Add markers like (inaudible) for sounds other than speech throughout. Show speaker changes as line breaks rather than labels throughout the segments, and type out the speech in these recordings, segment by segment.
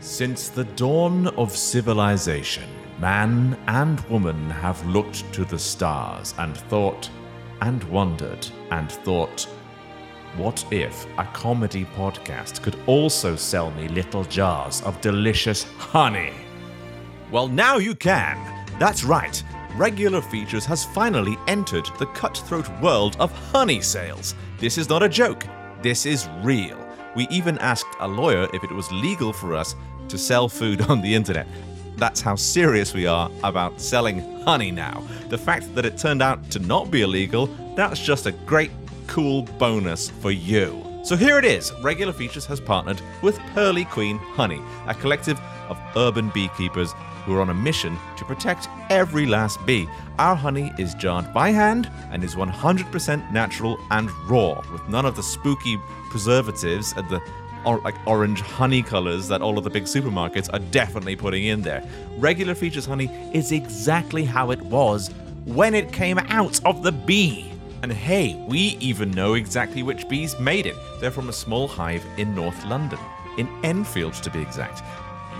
Since the dawn of civilization, man and woman have looked to the stars and thought, and wondered, and thought, what if a comedy podcast could also sell me little jars of delicious honey? Well, now you can! That's right! Regular Features has finally entered the cutthroat world of honey sales. This is not a joke, this is real. We even asked a lawyer if it was legal for us to sell food on the internet. That's how serious we are about selling honey now. The fact that it turned out to not be illegal, that's just a great, cool bonus for you. So here it is Regular Features has partnered with Pearly Queen Honey, a collective of urban beekeepers who are on a mission to protect every last bee. Our honey is jarred by hand and is 100% natural and raw, with none of the spooky preservatives and the or, like orange honey colors that all of the big supermarkets are definitely putting in there. Regular Features honey is exactly how it was when it came out of the bee. And hey, we even know exactly which bees made it. They're from a small hive in North London, in Enfield to be exact.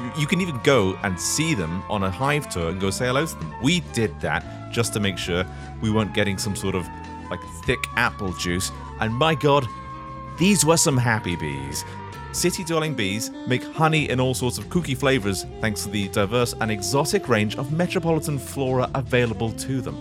You- You can even go and see them on a hive tour and go say hello to them. We did that just to make sure we weren't getting some sort of like thick apple juice. And my god, these were some happy bees. City dwelling bees make honey in all sorts of kooky flavors thanks to the diverse and exotic range of metropolitan flora available to them.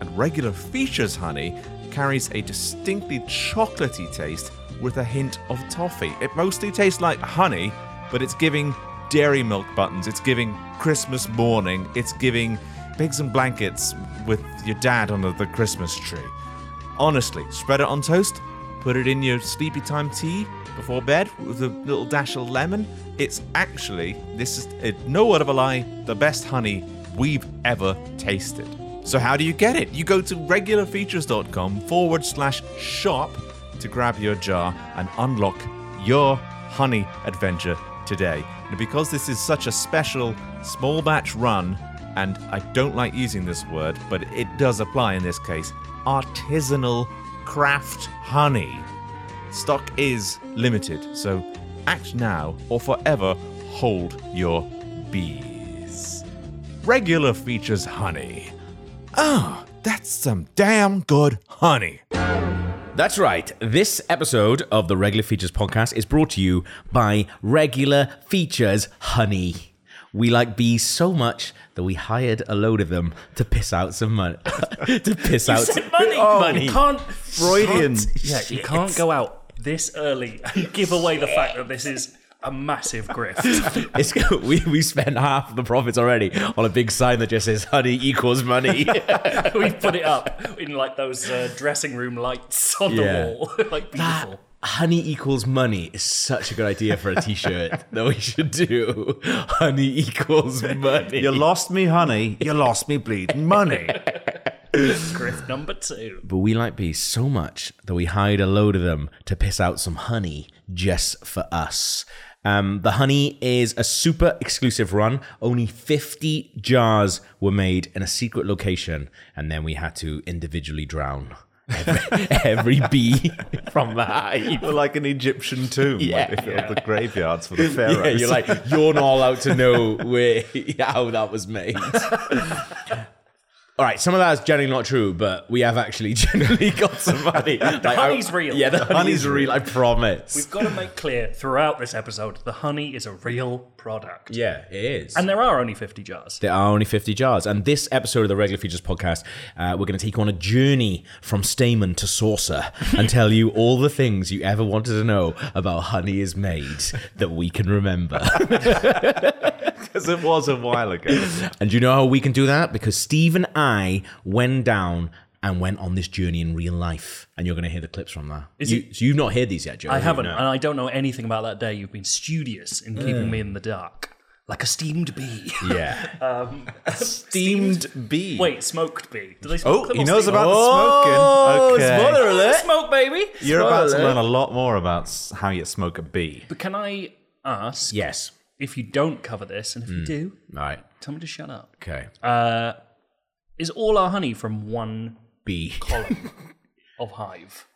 And regular features honey carries a distinctly chocolatey taste with a hint of toffee. It mostly tastes like honey, but it's giving dairy milk buttons, it's giving Christmas morning, it's giving pigs and blankets with your dad under the Christmas tree. Honestly, spread it on toast, put it in your sleepy time tea before bed with a little dash of lemon. It's actually, this is it, no word of a lie, the best honey we've ever tasted. So, how do you get it? You go to regularfeatures.com forward slash shop to grab your jar and unlock your honey adventure today. And because this is such a special small batch run, and I don't like using this word, but it does apply in this case artisanal craft honey. Stock is limited, so act now or forever hold your bees. Regular features honey. Ah, that's some damn good honey.
That's right. This episode of the Regular Features podcast is brought to you by Regular Features Honey. We like bees so much that we hired a load of them to piss out some money. (laughs) to piss out
said money.
money.
You Oh, can't
Freudian.
Can't, yeah, you can't go out this early and (laughs) give away the fact that this is a massive grift.
(laughs)
(laughs)
It's, we, we spent half the profits already on a big sign that just says honey equals money.
we put it up in like those uh, dressing room lights on
Yeah.
the wall, (laughs) like beautiful.
(laughs) honey equals money is such a good idea for a t-shirt that we should do. (laughs) Honey equals money.
You lost me, honey. You lost me bleeding (laughs) money.
Grift number
(laughs)
two.
But we like bees so much that we hired a load of them to piss out some honey just for us. Um, the honey is a super exclusive run. Only 50 jars were made in a secret location, and then we had to individually drown every, (laughs) every bee (laughs) from the hive.
We're like an Egyptian tomb.
Yeah.
Like they filled the graveyards (laughs) for the pharaohs.
Yeah, you're like, you're not allowed to know where (laughs) how that was made. All right, some of that is generally not true, but we have actually (laughs) generally got some money. The
honey's real.
Yeah, the, honey's, real. I promise.
We've got to make clear throughout this episode the honey is a real product.
yeah, it is.
And there are only 50 jars.
There are only 50 jars. And this episode of the Regular Features podcast, uh, we're going to take you on a journey from stamen to (laughs) saucer and tell you all the things you ever wanted to know about honey is made that we can remember.
Because it was a while ago.
And you know how we can do that? Because Steve and I went down and went on this journey in real life. And you're going to hear the clips from that.
Is
you,
it-
so you've not heard these yet, Joe.
I
have you?
haven't, Uh,
No.
and I don't know anything about that day. You've been studious in keeping me in the dark, like a steamed bee.
Yeah.
Steamed bee.
(laughs) Wait, smoked bee. Do they
Oh,
smoke them
he
or
knows
steam
about
them?
the smoking. Okay.
Oh, spoiler alert.
smoke, baby.
You're about to
Spoiler.
learn a lot more about s- how you smoke a bee.
But can I ask
Yes.
if you don't cover this, and if you do,
All right.
tell me to shut up.
Okay.
Is all our honey from one
B.
column of hive?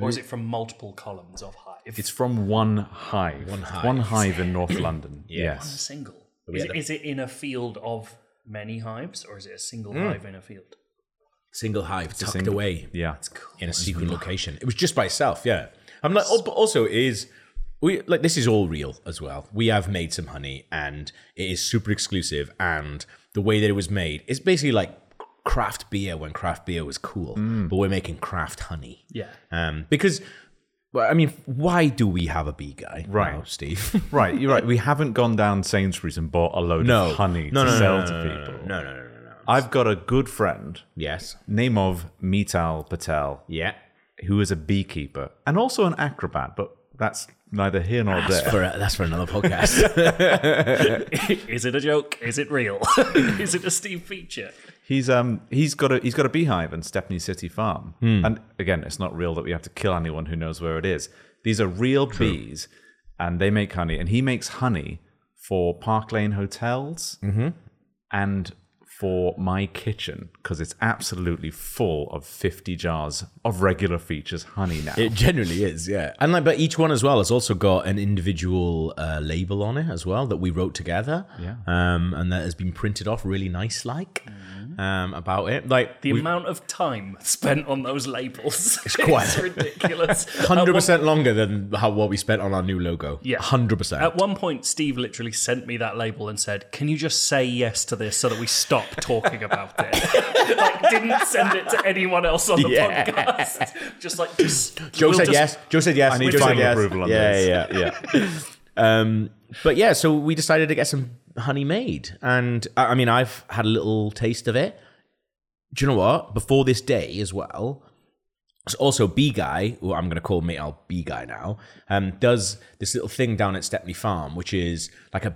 Or is it from multiple columns of hive?
It's from one hive. One
hive.
in North London. (laughs)
a
Yes.
single. Is, it- is it in a field of many hives, or is it a single hive in a field? (laughs)
Single hive tucked
single-
away
Yeah.
in a secret location. It was just by itself, yeah. I'm like, oh, but also it is we like this is all real as well. We have made some honey, and it is super exclusive. And the way that it was made, it's basically like craft beer when craft beer was cool, but we're making craft honey.
Yeah.
Um, because, well, I mean, why do we have a bee guy,
Right.
now, Steve? (laughs)
Right, you're right. We haven't gone down Sainsbury's and bought a load
No.
of honey
No,
to
no, no,
sell
no,
to
no, no,
people.
no, no, no, no, no.
I've got a good friend,
Yes.
name of Mital Patel,
Yeah.
who is a beekeeper and also an acrobat, but that's neither here nor
That's
there.
for that's for another (laughs) podcast.
is it a joke? Is it real? (laughs) is it a Steve feature?
He's um he's got a he's got a beehive in Stepney City Farm.
Hmm.
And again, it's not real that we have to kill anyone who knows where it is. These are real bees and they make honey. And he makes honey for Park Lane hotels
Mm-hmm.
and for my kitchen because it's absolutely full of 50 jars of regular features honey now.
It generally is, yeah. And like, but each one as well has also got an individual uh, label on it as well that we wrote together.
Yeah.
Um, and that has been printed off really nice, like,
Mm-hmm.
um, about it. Like,
The
we-
amount of time spent on those labels it's (laughs)
quite-
ridiculous. At one-
100% longer than how what we spent on our new logo.
Yeah.
100%.
At one point, Steve literally sent me that label and said, "Can you just say yes to this so that we stop talking about it?" (laughs) like, didn't send it to anyone else on the
Yeah.
podcast. Just like just,
Joe
we'll
said
just-
yes. Joe said yes.
I need
Joe said
final
yes.
approval on
yeah,
this.
Yeah, yeah, (laughs) yeah. um, but yeah, so we decided to get some honey made, and I I mean, I've had a little taste of it. Do you know what? Before this day, as well, so also B guy, who I'm going to call mate Al B guy now, um, does this little thing down at Stepney Farm, which is like a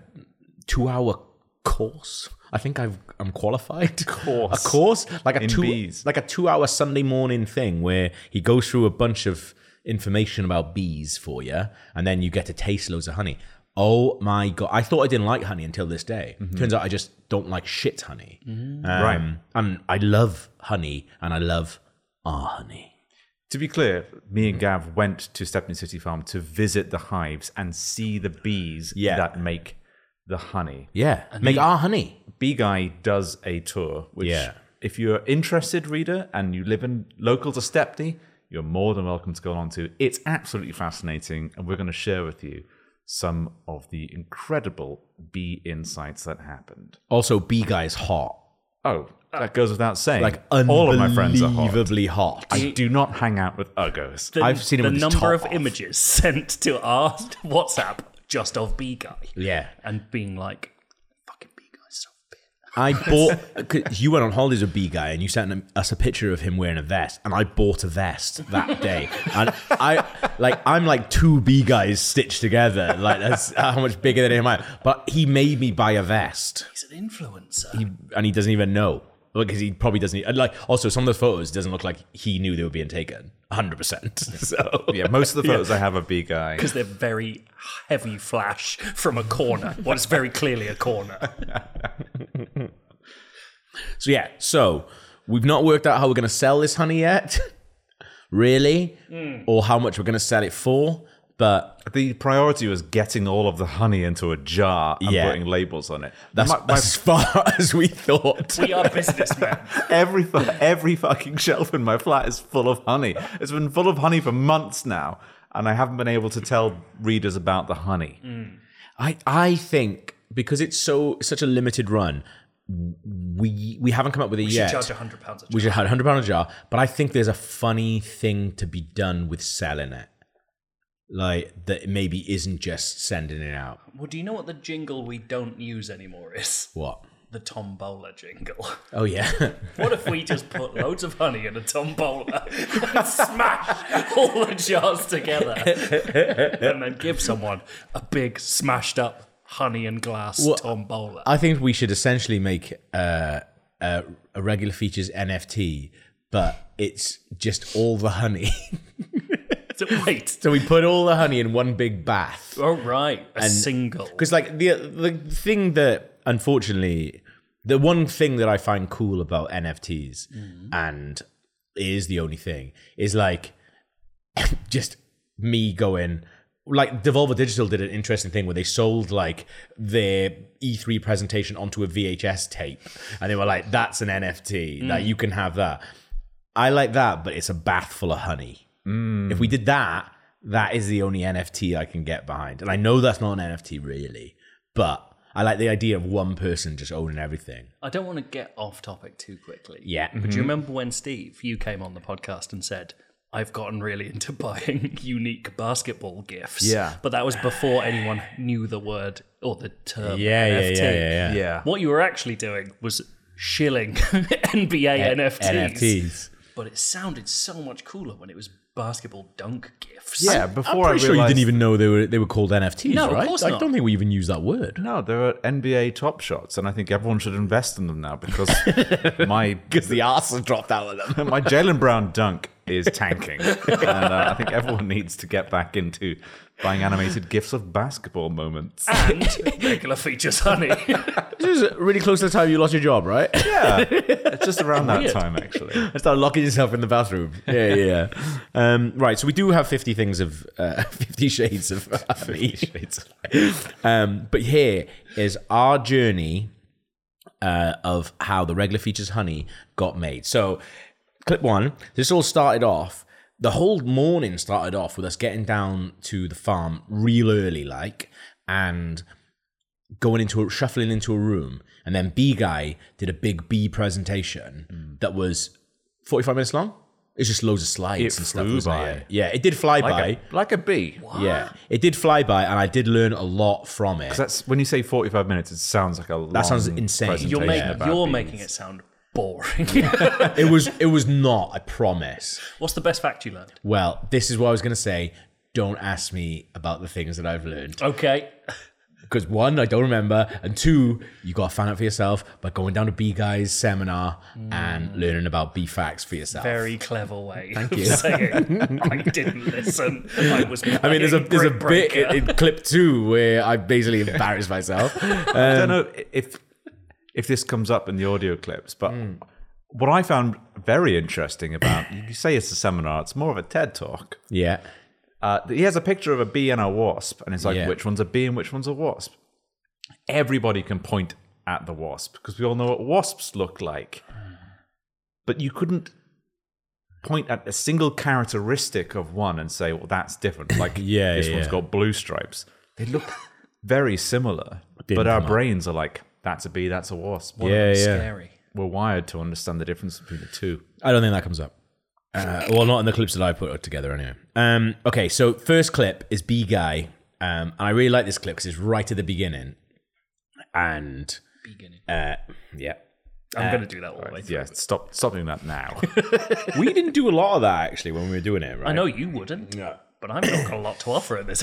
two-hour course. I think I've, I'm qualified.
Course.
(laughs) a course, like a
In
two,
bees.
like a two-hour Sunday morning thing where he goes through a bunch of information about bees for you, and then you get to taste loads of honey. Oh my god! I thought I didn't like honey until this day. Turns out I just don't like shit honey.
Mm-hmm.
Um,
Right.
and I love honey, and I love our honey.
To be clear, me and Gav went to Stepney City Farm to visit the hives and see the bees
Yeah.
that make the honey.
Yeah, make our honey.
Bee Guy does a tour, which
Yeah.
if you're interested, reader, and you live in local to Stepney, you're more than welcome to go along to. It's absolutely fascinating, and we're going to share with you some of the incredible bee insights that happened.
Also, B guy's hot.
Oh, that goes without saying.
Like
all of my friends are hot.
unbelievably hot.
I do not hang out with uggos.
The,
I've seen him
the
with his
number
top
of
off.
images (laughs) sent to our WhatsApp just of B guy
yeah,
and being like, "Fucking B guy's so big."
I bought. 'cause you went on holidays with B guy, and you sent him- us a picture of him wearing a vest, and I bought a vest that day. and I like, I'm like two B guys stitched together. Like that's how much bigger than him I am. But he made me buy a vest.
He's an influencer.
and he doesn't even know because he probably doesn't. and, Like also, some of the photos doesn't look like he knew they were being taken. Hundred percent. (laughs) So
yeah, most of the photos I have are Bee Guy.
because they're very heavy flash from a corner. What is very clearly a corner.
So yeah, so we've not worked out how we're gonna sell this honey yet, (laughs) really,
Hmm.
or how much we're gonna sell it for. But
The priority was getting all of the honey into a jar and
Yeah.
putting labels on it.
that's
My- my-
as far (laughs) as we thought.
We are
(laughs)
businessmen.
every fu- every fucking shelf in my flat is full of honey. It's been full of honey for months now, and I haven't been able to tell readers about the honey.
Mm. I I think because it's so such a limited run, we we haven't come up with it
You
yet.
charge hundred pounds a
we
jar.
should have hundred pound a jar. But I think there's a funny thing to be done with selling it, like that maybe isn't just sending it out.
Well, do you know what the jingle we don't use anymore is?
What?
The tombola jingle.
Oh yeah. (laughs)
What if we just put loads of honey in a tombola and smash all the jars together, and then give someone a big smashed up honey and glass tombola?
I think we should essentially make uh, uh, a regular features NFT, but it's just all the honey. (laughs)
So, wait.
so we put all the honey in one big bath.
Oh right, a single.
Because like the the thing that unfortunately, the one thing that I find cool about NFTs and is the only thing is like (laughs) just me going like Devolver Digital did an interesting thing where they sold like their E3 presentation onto a VHS tape, and they were like, "That's an NFT. That you can have that." I like that, but it's a bath full of honey. If we did that, that is the only NFT I can get behind, and I know that's not an NFT really, but I like the idea of one person just owning everything.
I don't want to get off topic too quickly.
Yeah.
But do you remember when Steve, you came on the podcast and said, I've gotten really into buying (laughs) unique basketball gifts.
Yeah.
But that was before anyone knew the word or the term.
Yeah, yeah,
NFT.
yeah, yeah, yeah.
Yeah.
What you were actually doing was shilling (laughs) NBA NFTs.
NFTs.
But it sounded so much cooler when it was basketball dunk gifts.
Yeah,
I'm
before
pretty
I
sure you
realized-
didn't even know they were they were called NFTs,
No, of
right?
course
I
not.
don't think we even use
(laughs)
that word.
No, there are NBA top shots, and I think everyone should invest in them now
(laughs)
because my
Because the arse has dropped out of them.
my Jalen Brown dunk is tanking, and uh, I think everyone needs to get back into buying animated gifs of basketball moments.
Ah.
And regular
(laughs)
features, honey.
(laughs) This is really close to the time you lost your job, (laughs) right?
Yeah, it's just around that time actually.
I started locking yourself in the bathroom. (laughs) Yeah, yeah. um, right, so we do have 50 things of uh, (laughs) 50 shades of (laughs) 50 shades. um, but here is our journey uh, of how the regular features honey got made. So, clip one, this all started off. The whole morning started off with us getting down to the farm real early, like, and going into a, shuffling into a room, and then B guy did a big B presentation
Mm.
that was forty five minutes long. It's just loads of slides and stuff.
flew
wasn't
by.
It? Yeah, it did fly
Like a, like a bee.
by. Yeah, it did fly by, and I did learn a lot from it.
That's when you say forty-five minutes. It sounds like a long
sounds insane.
You're,
presentation
make,
about
you're
bees.
making it sound boring. (laughs)
It was it was not. I promise.
What's the best fact you learned?
Well, this is what I was going to say. Don't ask me about the things that I've learned
Okay.
because one, I don't remember, and two, you got to find out for yourself by going down to B Guy's seminar and learning about B facts for yourself.
Mm. Very clever way Thank
you. (laughs)
saying I didn't listen. I was.
I mean, there's a there's a bit in, in clip two where I basically embarrassed myself.
(laughs)
I don't
Um,
know if if this comes up in the audio clips, but what I found very interesting about you say it's a seminar, it's more of a TED talk.
yeah,
Uh, he has a picture of a bee and a wasp, and it's like
Yeah.
which one's a bee and which one's a wasp. Everybody can point at the wasp because we all know what wasps look like, but you couldn't point at a single characteristic of one and say, "Well, that's different." Like
(laughs) Yeah,
this
yeah,
one's
yeah.
got blue stripes. They look very similar,
Didn't
but our
come up.
brains are like, "That's a bee, that's a wasp." One of
yeah,
us-
yeah.
Scary.
We're wired to understand the difference between the two.
I don't think that comes up. Uh, well, not in the clips that I put together, anyway. Um, okay, so first clip is B Guy, um, and I really like this clip because it's right at the beginning, and
Beginning.
uh, yeah,
I'm gonna do that all the way. through.
Yeah, stop, stop doing that
(laughs)
now.
we didn't do a lot of that actually when we were doing it, right?
I know you wouldn't.
No.
But I've not got a lot to offer in this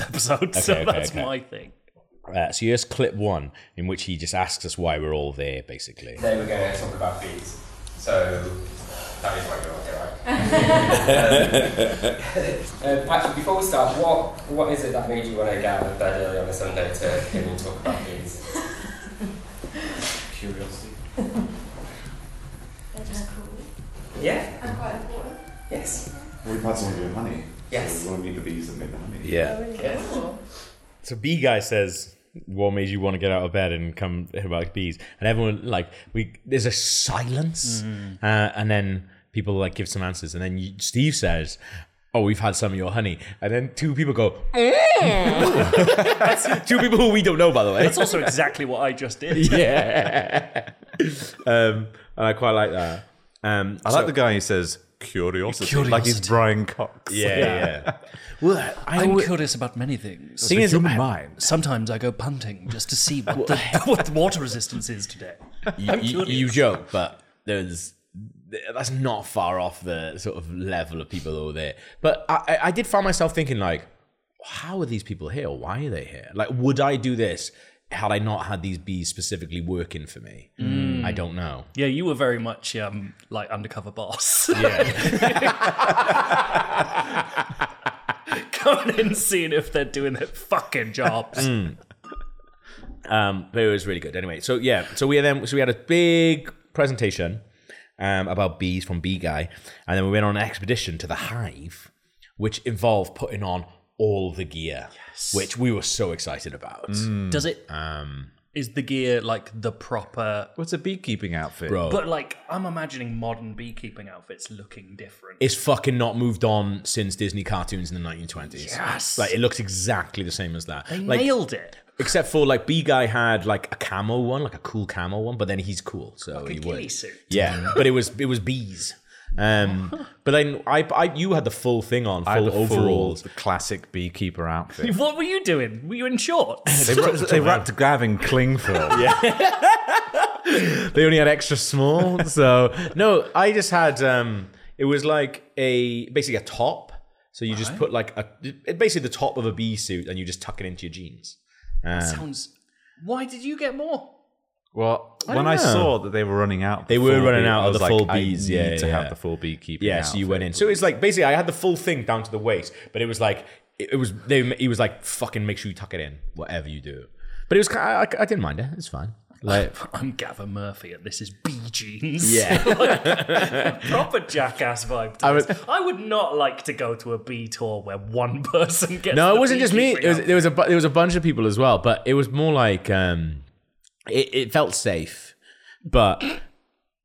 (laughs)
episode, so
Okay, okay,
that's
okay.
my thing.
Uh, so here's clip one in which he just asks us why we're all there, basically.
Today we're going to talk about bees. So that is why you're all here, right? (laughs) um, actually, before we start, what what is it that made you want to get out of bed early on a Sunday to come and talk about bees? Curiosity. Yeah.
And quite important.
Yes.
We've had someone doing honey.
Yes.
So we want to meet the bees that made the honey.
Yeah. So B guy says, "What made you want to get out of bed and come hear about bees?" And everyone like we there's a silence, uh, and then people like give some answers, and then you, Steve says. Oh, we've had some of your honey, and then two people go. "Mm." (laughs) two people who we don't know, by the way.
That's also exactly what I just did.
Yeah, um, and I quite like that. Um,
I like the guy who says curiosity, like he's
Curiosity.
Brian Cox.
yeah, yeah. well, I
I'm
always-
curious about many things.
thing is, I-
mind.
Sometimes I go punting just to see what the, (laughs) what the water resistance is today.
you, you, you joke, but there's that's not far off the sort of level of people that were there. But I, I- I did find myself thinking like, how are these people here? Why are they here? Like, would I do this had I not had these bees specifically working for me? I don't know.
Yeah, you were very much um, like undercover boss. (laughs) Coming in, seeing if they're doing their fucking jobs.
Mm. Um, but it was really good. Anyway, so yeah, so we then so we had a big presentation um, about bees from Bee Guy, and then we went on an expedition to the hive which involved putting on all the gear, which we were so excited about.
Does it? Um, is the gear like the proper?
What's a beekeeping outfit?
Bro,
But like, I'm imagining modern beekeeping outfits looking different.
it's fucking not moved on since Disney cartoons in the 1920s.
Yes.
Like it looks exactly the same as that.
they
like
nailed it.
except for like B guy had like a camo one, like a cool camo one, but then he's cool, so
A
he
ghillie
would.
suit.
(laughs) Yeah, but it was it was bees. Um, but then I, I you had the full thing on, full
I had the full,
overalls.
the classic beekeeper outfit.
What were you doing? Were you in shorts?
They wrapped, they wrapped Gav in cling
(laughs)
film. yeah.
(laughs) They only had extra (laughs) small, so no, I just had um, it was like a basically a top. So you just put like a it- basically the top of a bee suit, and you just tuck it into your jeans.
Sounds. Why did you get more?
Well, when
don't
I
know.
saw that they were running out, of the
They were
full
running
bee-
out
I
of
was
the
like,
full
I
bees,
need
yeah,
to
yeah.
have the full beekeeping.
Yeah, so you
outfit.
went in. So it's like basically I had the full thing down to the waist, but it was like it, it was they. He was like fucking make sure you tuck it in, whatever you do. But it was ki- I, I, I didn't mind it. It's fine. Like
I'm Gavin Murphy, and this is Bee Jeans.
Yeah.
(laughs) Like, proper jackass vibe. To I,
I was-
I would not like to go to a bee tour where one (laughs) person gets.
no,
the
it wasn't just me. It
beekeeping
was
outfit.
there was a bu- there was a bunch of people as well, but it was more like um, it, it felt safe, but.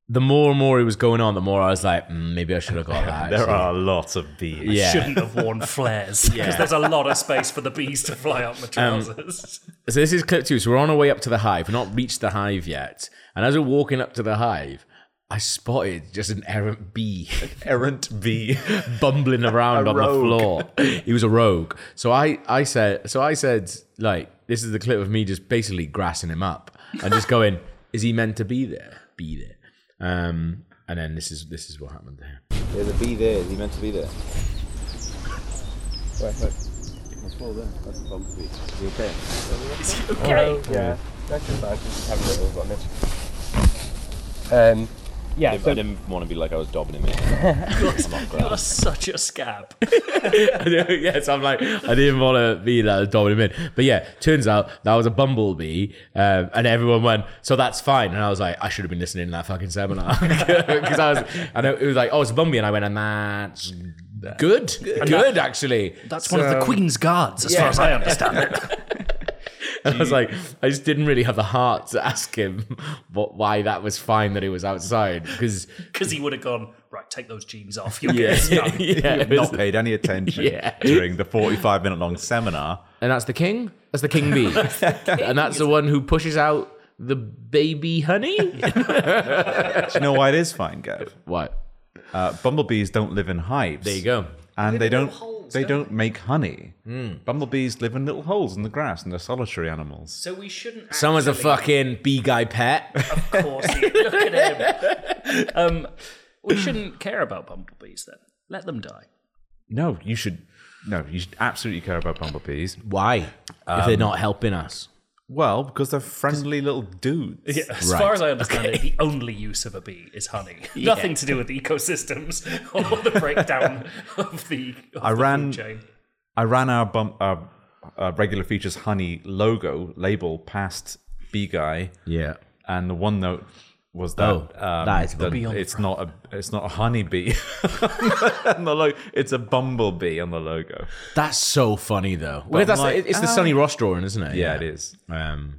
The more and more it was going on, the more I was like, mm, maybe I should
(laughs)
have got that.
There
actually.
are a lot of bees.
yeah.
Shouldn't have (laughs) worn flares because there's a lot of space for the bees to fly up my trousers. (laughs)
So this is clip two. So we're on our way up to the hive. We've not reached the hive yet. And as we're walking up to the hive, I spotted just an errant bee
(laughs) errant bee.
(laughs) bumbling around on
rogue.
the floor. He was a rogue. So I, I said, so I said, like, this is the clip of me just basically grassing him up and just going, (laughs) is he meant to be there? Be there. Um, and then this is this is what happened there.
There's a bee there. Is he meant to be there? Wait, look. there. That's a bumblebee. Is he okay?
Okay.
Yeah. That's good. I just have a little vomit.
Um, yeah,
I didn't want to be like I was dobbing him in.
You're such a scab.
(laughs) yes, I'm like, I didn't want to be that dominant mid. But yeah, turns out that was a bumblebee. Um, and everyone went, so that's fine. And I was like, I should have been listening to that fucking seminar. (laughs) Because I was, and it was like, oh, it's a bumblebee. And I went, and that's good. Good, actually.
That's one of the Queen's guards, as far as I understand (laughs) it.
And (laughs) I was like, I just didn't really have the heart to ask him what, why that was fine that it was outside. Because,
Because he would have gone, right, take those jeans off. You'll
yeah, (laughs) (laughs)
get
yeah,
stung. (laughs)
it was-
Not paid any attention
(laughs) Yeah.
during the 45 minute long seminar.
And that's the king? That's the king bee. (laughs) and that's the one who pushes out the baby honey?
Do you know why it is fine, Gav?
(laughs) what?
Uh, bumblebees don't live in hives.
There you go.
And they
in
don't
little holes,
they
don't
don't make honey.
Hmm.
Bumblebees live in little holes in the grass and they're solitary animals.
So we shouldn't.
Someone's a
actually-
fucking bee guy pet.
Of course, he- look at him. Um, we shouldn't care about bumblebees then. Let them die.
No, you should no, you should absolutely care about bumblebees.
(laughs) Why? if they're not helping us.
Well, because they're friendly little dudes.
As far as I understand it, the only use of a bee
(laughs)
is honey. Nothing to do with ecosystems or the breakdown of the, of the
ran-
food chain.
I ran our bum our, our regular features honey logo label past bee guy
Yeah.
and the one note was that,
Oh,
um,
that is
that
bumblebee.
it's not a it's not a honeybee (laughs) on the logo. It's a bumblebee on the logo.
That's so funny though. Well, that's,
like,
it's the Sonny Ross drawing, isn't uh, it?
Yeah, it is.
Um,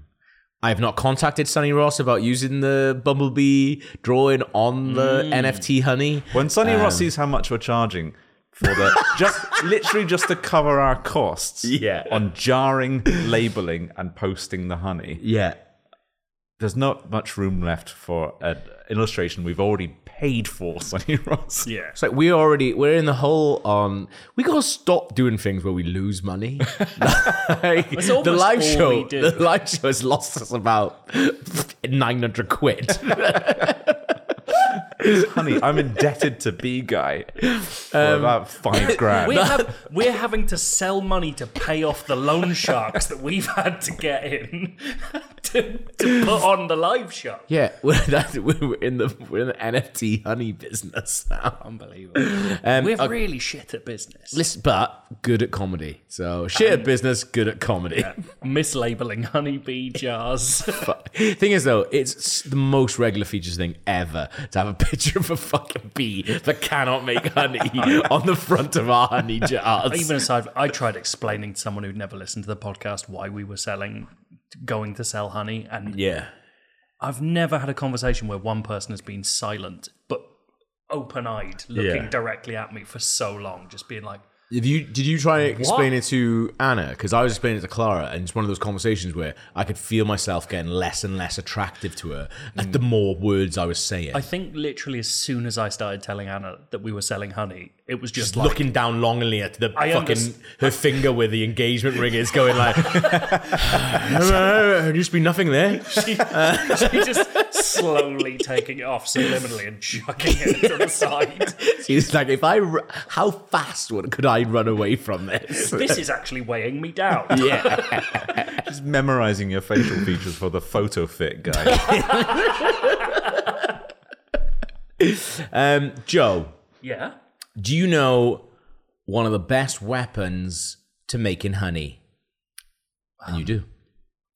I have not contacted Sonny Ross about using the Bumblebee drawing on the NFT honey.
When Sonny Ross sees how much we're charging for
(laughs)
the just literally just to cover our costs
Yeah.
on jarring, labeling, and posting the honey,
Yeah.
there's not much room left for an illustration we've already paid for, Sonny
(laughs)
Ross.
Yeah.
It's like we already we're in the hole on we gotta stop doing things where we lose (laughs) money. like, the
almost
live
all
show
we do.
the live show has lost us about (laughs) nine hundred quid.
honey, I'm indebted to Bee Guy for
Um,
about five grand.
(laughs)
We're, hav- we're having to sell money to pay off the loan sharks that we've had to get in (laughs) to to, to put on the live show.
Yeah, (laughs) we're, that's, we're in the we're in the NFT honey business now.
Unbelievable.
Um,
We're
okay,
really shit at business.
listen, but good at comedy. So shit at business, good at comedy.
Mislabeling honeybee jars.
(laughs) But thing is, though, it's the most regular features thing ever to have a (laughs) picture of a fucking bee that cannot make (laughs)
(laughs) Oh,
honey on the front of our honey jars.
Even aside, I tried explaining to someone who'd never listened to the podcast why we were selling, going to sell honey, and
yeah,
I've never had a conversation where one person has been silent but open-eyed, looking
Yeah.
directly at me for so long, just being like,
Did you did you try and explain it to Anna? Because I was explaining it to Clara, and it's one of those conversations where I could feel myself getting less and less attractive to her the more words I was saying.
I think literally as soon as I started telling Anna that we were selling honey, it was just,
just
like,
looking down longingly at the
I
fucking
underst-
her finger where the engagement ring is going (laughs) like there used to be nothing there.
she,
(laughs)
she just slowly taking it off subliminally and chucking it to the
(laughs)
side.
She's like, if I ru- how fast would, could I run away from this?
This is actually weighing me down.
Yeah,
Just memorizing your facial features for the photo fit guy.
um, Joe,
Yeah.
do you know one of the best weapons to making honey? And you do. 'Cause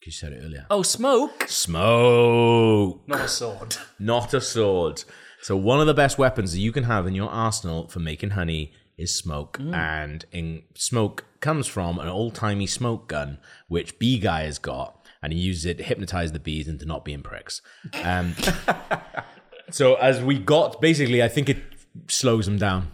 You said it earlier.
Oh, smoke.
Smoke.
Not a sword.
not a sword. So one of the best weapons that you can have in your arsenal for making honey is smoke, and in smoke comes from an old timey smoke gun which bee guy has got, and he uses it to hypnotize the bees into not being pricks. Um, so as we got basically, I think it slows them down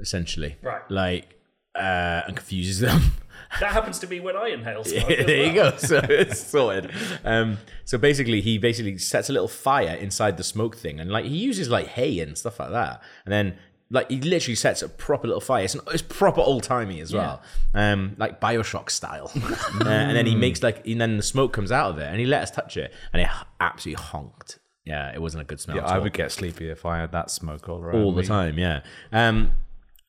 essentially,
Right.
Like uh, and confuses them. (laughs)
That happens to be when I inhale smoke. as
there you
well.
go. So it's sorted. Um, so basically, he basically sets a little fire inside the smoke thing, and like he uses like hay and stuff like that, and then like he literally sets a proper little fire. It's, an, it's proper old timey as well, um, like Bioshock style. (laughs) Uh, and
Mm.
then he makes like, and then the smoke comes out of it, and he let us touch it, and it absolutely honked. Yeah, it wasn't a good smell.
yeah,
at all
I would get sleepy if I had that smoke all around
all the
me.
time. Yeah. Um,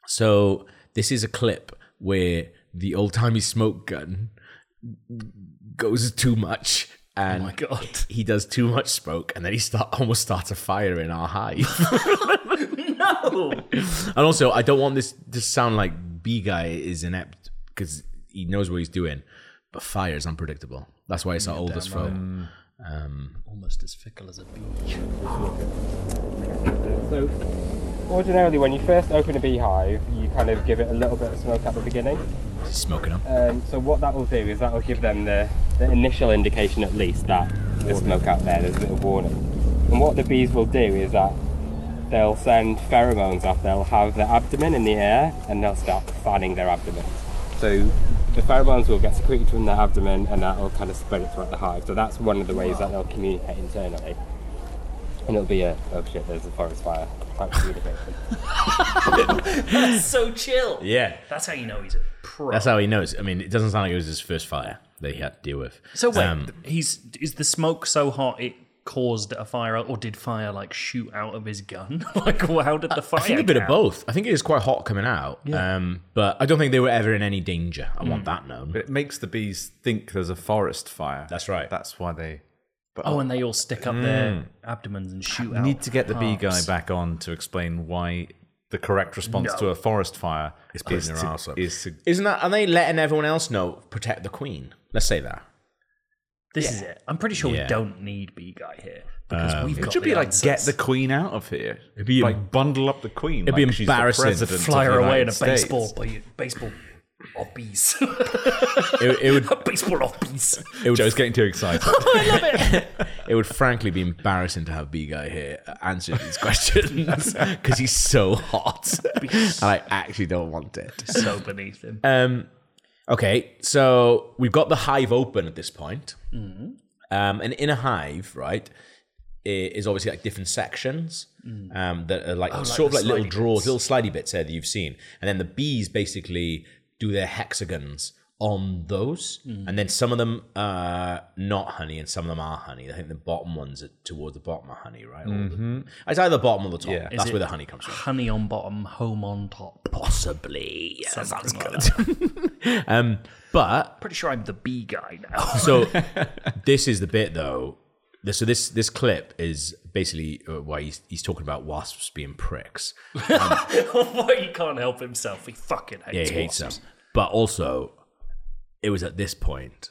so this is a clip where the old timey smoke gun goes too much. And
Oh my God.
he does too much smoke, and then he start (laughs) almost starts a fire in our hive.
(laughs) No.
and also, I don't want this to sound like B guy is inept because he knows what he's doing, but fire is unpredictable. That's why it's our oldest foe.
(laughs) Almost as fickle as a bee.
So, ordinarily, when you first open a beehive, you kind of give it a little bit of smoke at the beginning.
He's smoking up.
Um, so what that will do is that will give them the, the initial indication at least that there's smoke out there, there's a bit of warning. And what the bees will do is that they'll send pheromones off, they'll have their abdomen in the air and they'll start fanning their abdomen. So the pheromones will get secreted from their abdomen and that will kind of spread it throughout the hive. So that's one of the ways that they'll communicate internally. And it'll be a, oh shit, there's a forest fire type (laughs) communication.
So chill.
Yeah,
That's how you know he's a pro.
that's how he knows. I mean, it doesn't sound like it was his first fire that he had to deal with.
so wait,
Um,
he's is the smoke so hot it caused a fire, or did fire like shoot out of his gun? (laughs) like, how did the fire?
I think a bit of
count?
both. I think it is quite hot coming out, um, but I don't think they were ever in any danger. I want that known.
But Mm. it makes the bees think there's a forest fire.
That's right.
That's why they
Oh, and they all stick up their
Mm.
abdomens and shoot out.
need to get the bee guy
harps.
back on to explain why the correct response
No.
to a forest fire is
pissing
to,
their arse up.
is to
Isn't that? Are they letting everyone else know protect the queen? Let's say that.
This is it. I'm pretty sure
Yeah. Um,
we don't need bee guy here because we've got.
It should
the
be like
answers.
get the queen out of here. It'd
be-
like bundle up the queen. It'd
be
like she's
embarrassing.
The president
fly
of the
her away
United
in a
States.
baseball bee- baseball of bees.
It,
(laughs)
it would.
a (laughs) baseball
(laughs)
of (laughs) bees.
It would.
Joe's getting too excited.
(laughs) it would frankly be embarrassing to have B guy here answer these (laughs) questions because he's
(laughs)
so hot, and I actually don't want it.
so beneath him.
Um, okay, so we've got the hive open at this point. Um, and in a hive, right, i- is obviously like different sections um, that are like sort
the
of like little
slidey
drawers, little slidey bits there that you've seen. And then the bees basically do their hexagons on those. And then some of them are not honey and some of them are honey. I think the bottom ones are towards the bottom of honey, right? Or the- it's either the bottom or the top.
Yeah. Is
That's
it-
where the honey comes from.
Honey on bottom, home on top.
Possibly. Yeah, that sounds (laughs)
Something
good.
like that.
Um, But
Pretty sure I'm the bee guy now.
(laughs) So this is the bit though. This- So this this clip is basically uh, why he's, he's talking about wasps being pricks.
he can't help himself. He fucking
Yeah,
hates
he hates them.
wasps.
But also, it was at this point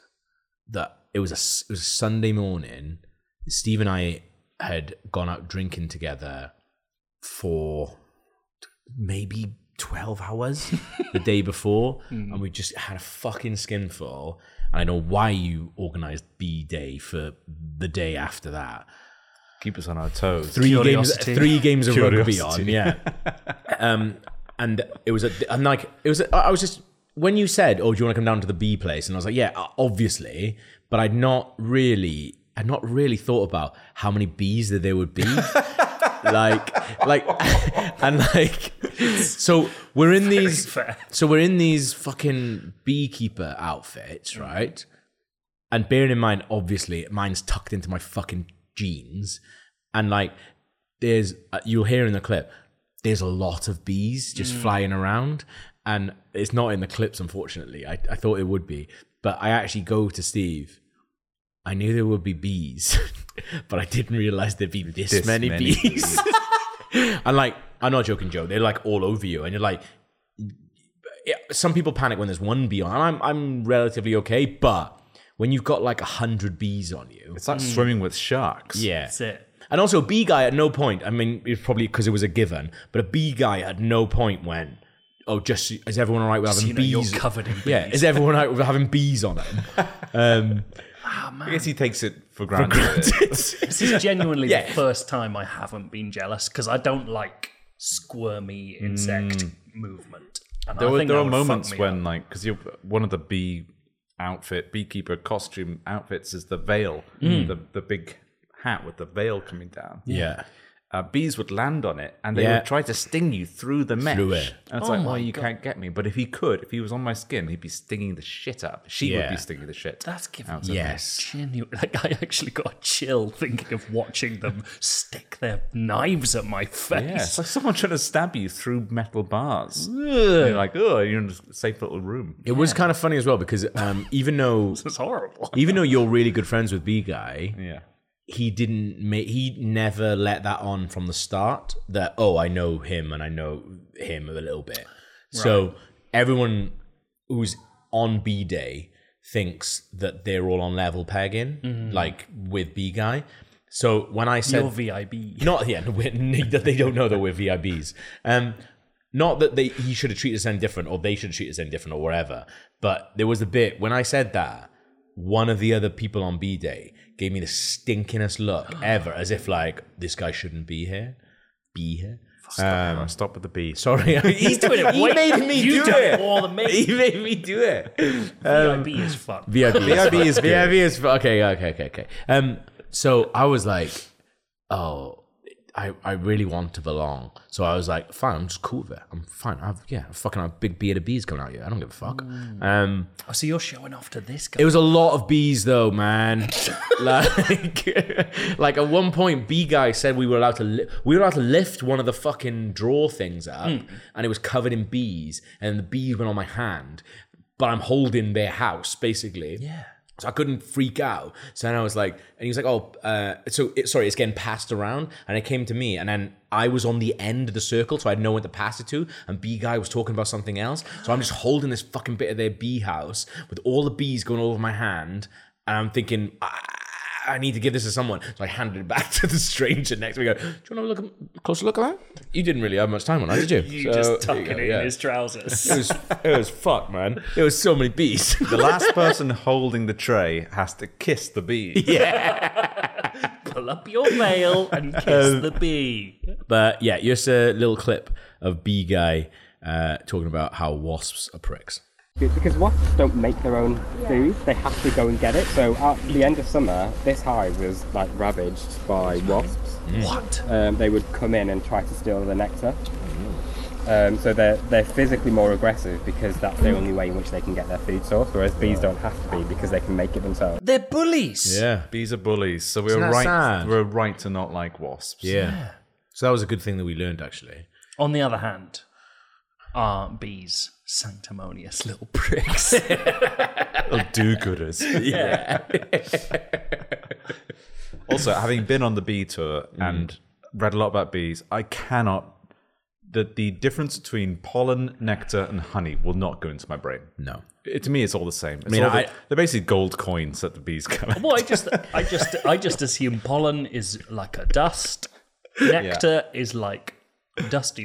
that it was a s- it was a Sunday morning. Steve and I had gone out drinking together for maybe 12 hours the day before and we just had a fucking skinful and i know why you organized b day for the day after that
Keep us on our toes.
three games
Curiosity.
three games of rugby
Curiosity.
on yeah
(laughs)
um and it was a and like it was I was just when you said oh do you want to come down to the b place and i was like yeah uh, obviously but i'd not really i'd not really thought about how many b's that there would
(laughs)
be like like (laughs) and like so we're in these
fair.
so we're in these fucking beekeeper
Mm.
outfits right and bearing in mind, obviously, mine's tucked into my fucking jeans, and like, there's uh, you'll hear in the clip, there's a lot of bees just
Mm.
flying around, and it's not in the clips, unfortunately. I, I thought it would be, but I actually go to Steve. I knew there would be bees, (laughs) but I didn't realize there'd be this,
This
many,
many
bees. (laughs) and like, I'm not joking, Joe. They're like all over you, and you're like, some people panic when there's one bee on. I'm I'm relatively okay, but when you've got like a hundred bees on you,
It's like swimming with sharks.
yeah.
That's it.
And also, bee guy at no point. I mean, it's probably because it was a given, but a bee guy at no point went. Oh, just is everyone all right with having
you know, you're
bees?
covered in
Yeah,
bees.
is everyone all right with having bees on
(laughs)
them?
I guess he takes it for granted.
This
(laughs)
is genuinely
Yeah.
the first time I haven't been jealous because I don't like squirmy insect
Mm.
movement. And
there
I
were,
think
there
that
are
would fuck
moments
me
when
up.
like because you're one of the bee outfit beekeeper costume outfits is the veil
Mm.
the, the big hat with the veil coming down
yeah,
uh, bees would land on it and they
Yeah.
would try to sting you through the mesh
Through it.
and it's like well you can't get me but if he could if he was on my skin he'd be stinging the shit up she would
Yeah.
be stinging the shit
that's giving me
yes,
genuine. (laughs) Like I actually got a chill thinking of watching them stick their knives at my
yeah, it's
face.
like someone trying to stab you through metal bars. And you're like, oh, you're in a safe little room.
it was kind of funny as well because um, even though
(laughs) It's horrible.
even though you're really good friends with bee guy,
Yeah.
he didn't make he never let that on from the start that oh i know him and i know him a little bit so everyone who's on b day thinks that they're all on level pegging like with b guy so when i said
Your VIB.
(laughs) not yeah, we're, that (laughs) they don't know that we're VIBs. Um, not that they he should have treated us any different, or they should treat us any different, or whatever. But there was a bit when I said that one of the other people on B Day gave me the stinkingest look ever, as if like this guy shouldn't be here, be here. Um,
Stop, stop with the bees.
Sorry, (laughs) he's doing it. He made me
you
do
done
it.
more than me.
(laughs) He made me do it. Um,
VIB is fun.
VIB VIB is VIB is okay okay okay okay. Um, so I was like, oh, I I really want to belong. So I was like, fine, I'm just cool with it. I'm fine. I've yeah, I fucking have big beard of bees coming out here. I don't give a fuck. Um,
Oh, so you're showing off to this guy.
it was a lot of bees though, (laughs) man. like, (laughs) like at one point, bee guy said we were allowed to li- we were allowed to lift one of the fucking drawer things up, and it was covered in bees, and the bees went on my hand. But I'm holding their house basically. Yeah. So I couldn't freak out. So then I was like, and he was like, oh, uh, so it, sorry, it's getting passed around. And it came to me, and then I was on the end of the circle, so I had no one to pass it to. And B guy was talking about something else. So I'm just holding this fucking bit of their bee house with all the bees going all over my hand. And I'm thinking, "Ah, I need to give this to someone. So I handed it back (laughs) to the stranger next to me. I Go, do you want to look at, closer look at that? You didn't really have much time on that, did you?
(laughs)
So,
you just
there you
tucking
go,
it
yeah.
in
(laughs)
his trousers.
It was, it was fuck, man. It was so many
(laughs)
bees.
The last person holding the tray has to kiss the bee.
Pull up your veil and kiss
Um,
the bee.
But yeah, just a little clip of B guy uh, talking about how wasps are pricks.
Because wasps don't make their own food, they have to go and get it. So at the end of summer, this hive was like ravaged by wasps.
What?
Um, they would come in and try to steal the nectar. Um, so they're, they're physically more aggressive because that's the only way in which they can get their food source, whereas bees don't have to be because they can make it themselves.
They're bullies.
Yeah,
Bees are bullies, so we're
that
right.
sad?
We're right to not like wasps.
yeah. So that was a good thing that we learned actually.
On the other hand, are bees sanctimonious little
(laughs)
pricks? (laughs)
Oh, do-gooders.
Yeah.
(laughs) also, having been on the bee tour
Mm.
and read a lot about bees, I cannot. The, the difference between pollen, nectar, and honey will not go into my brain.
No.
It, to me, it's all the same. It's
mean,
all the-
I-
they're basically gold coins that the bees collect.
well, I just, I just, I just assume pollen is like a dust. Nectar is like dusty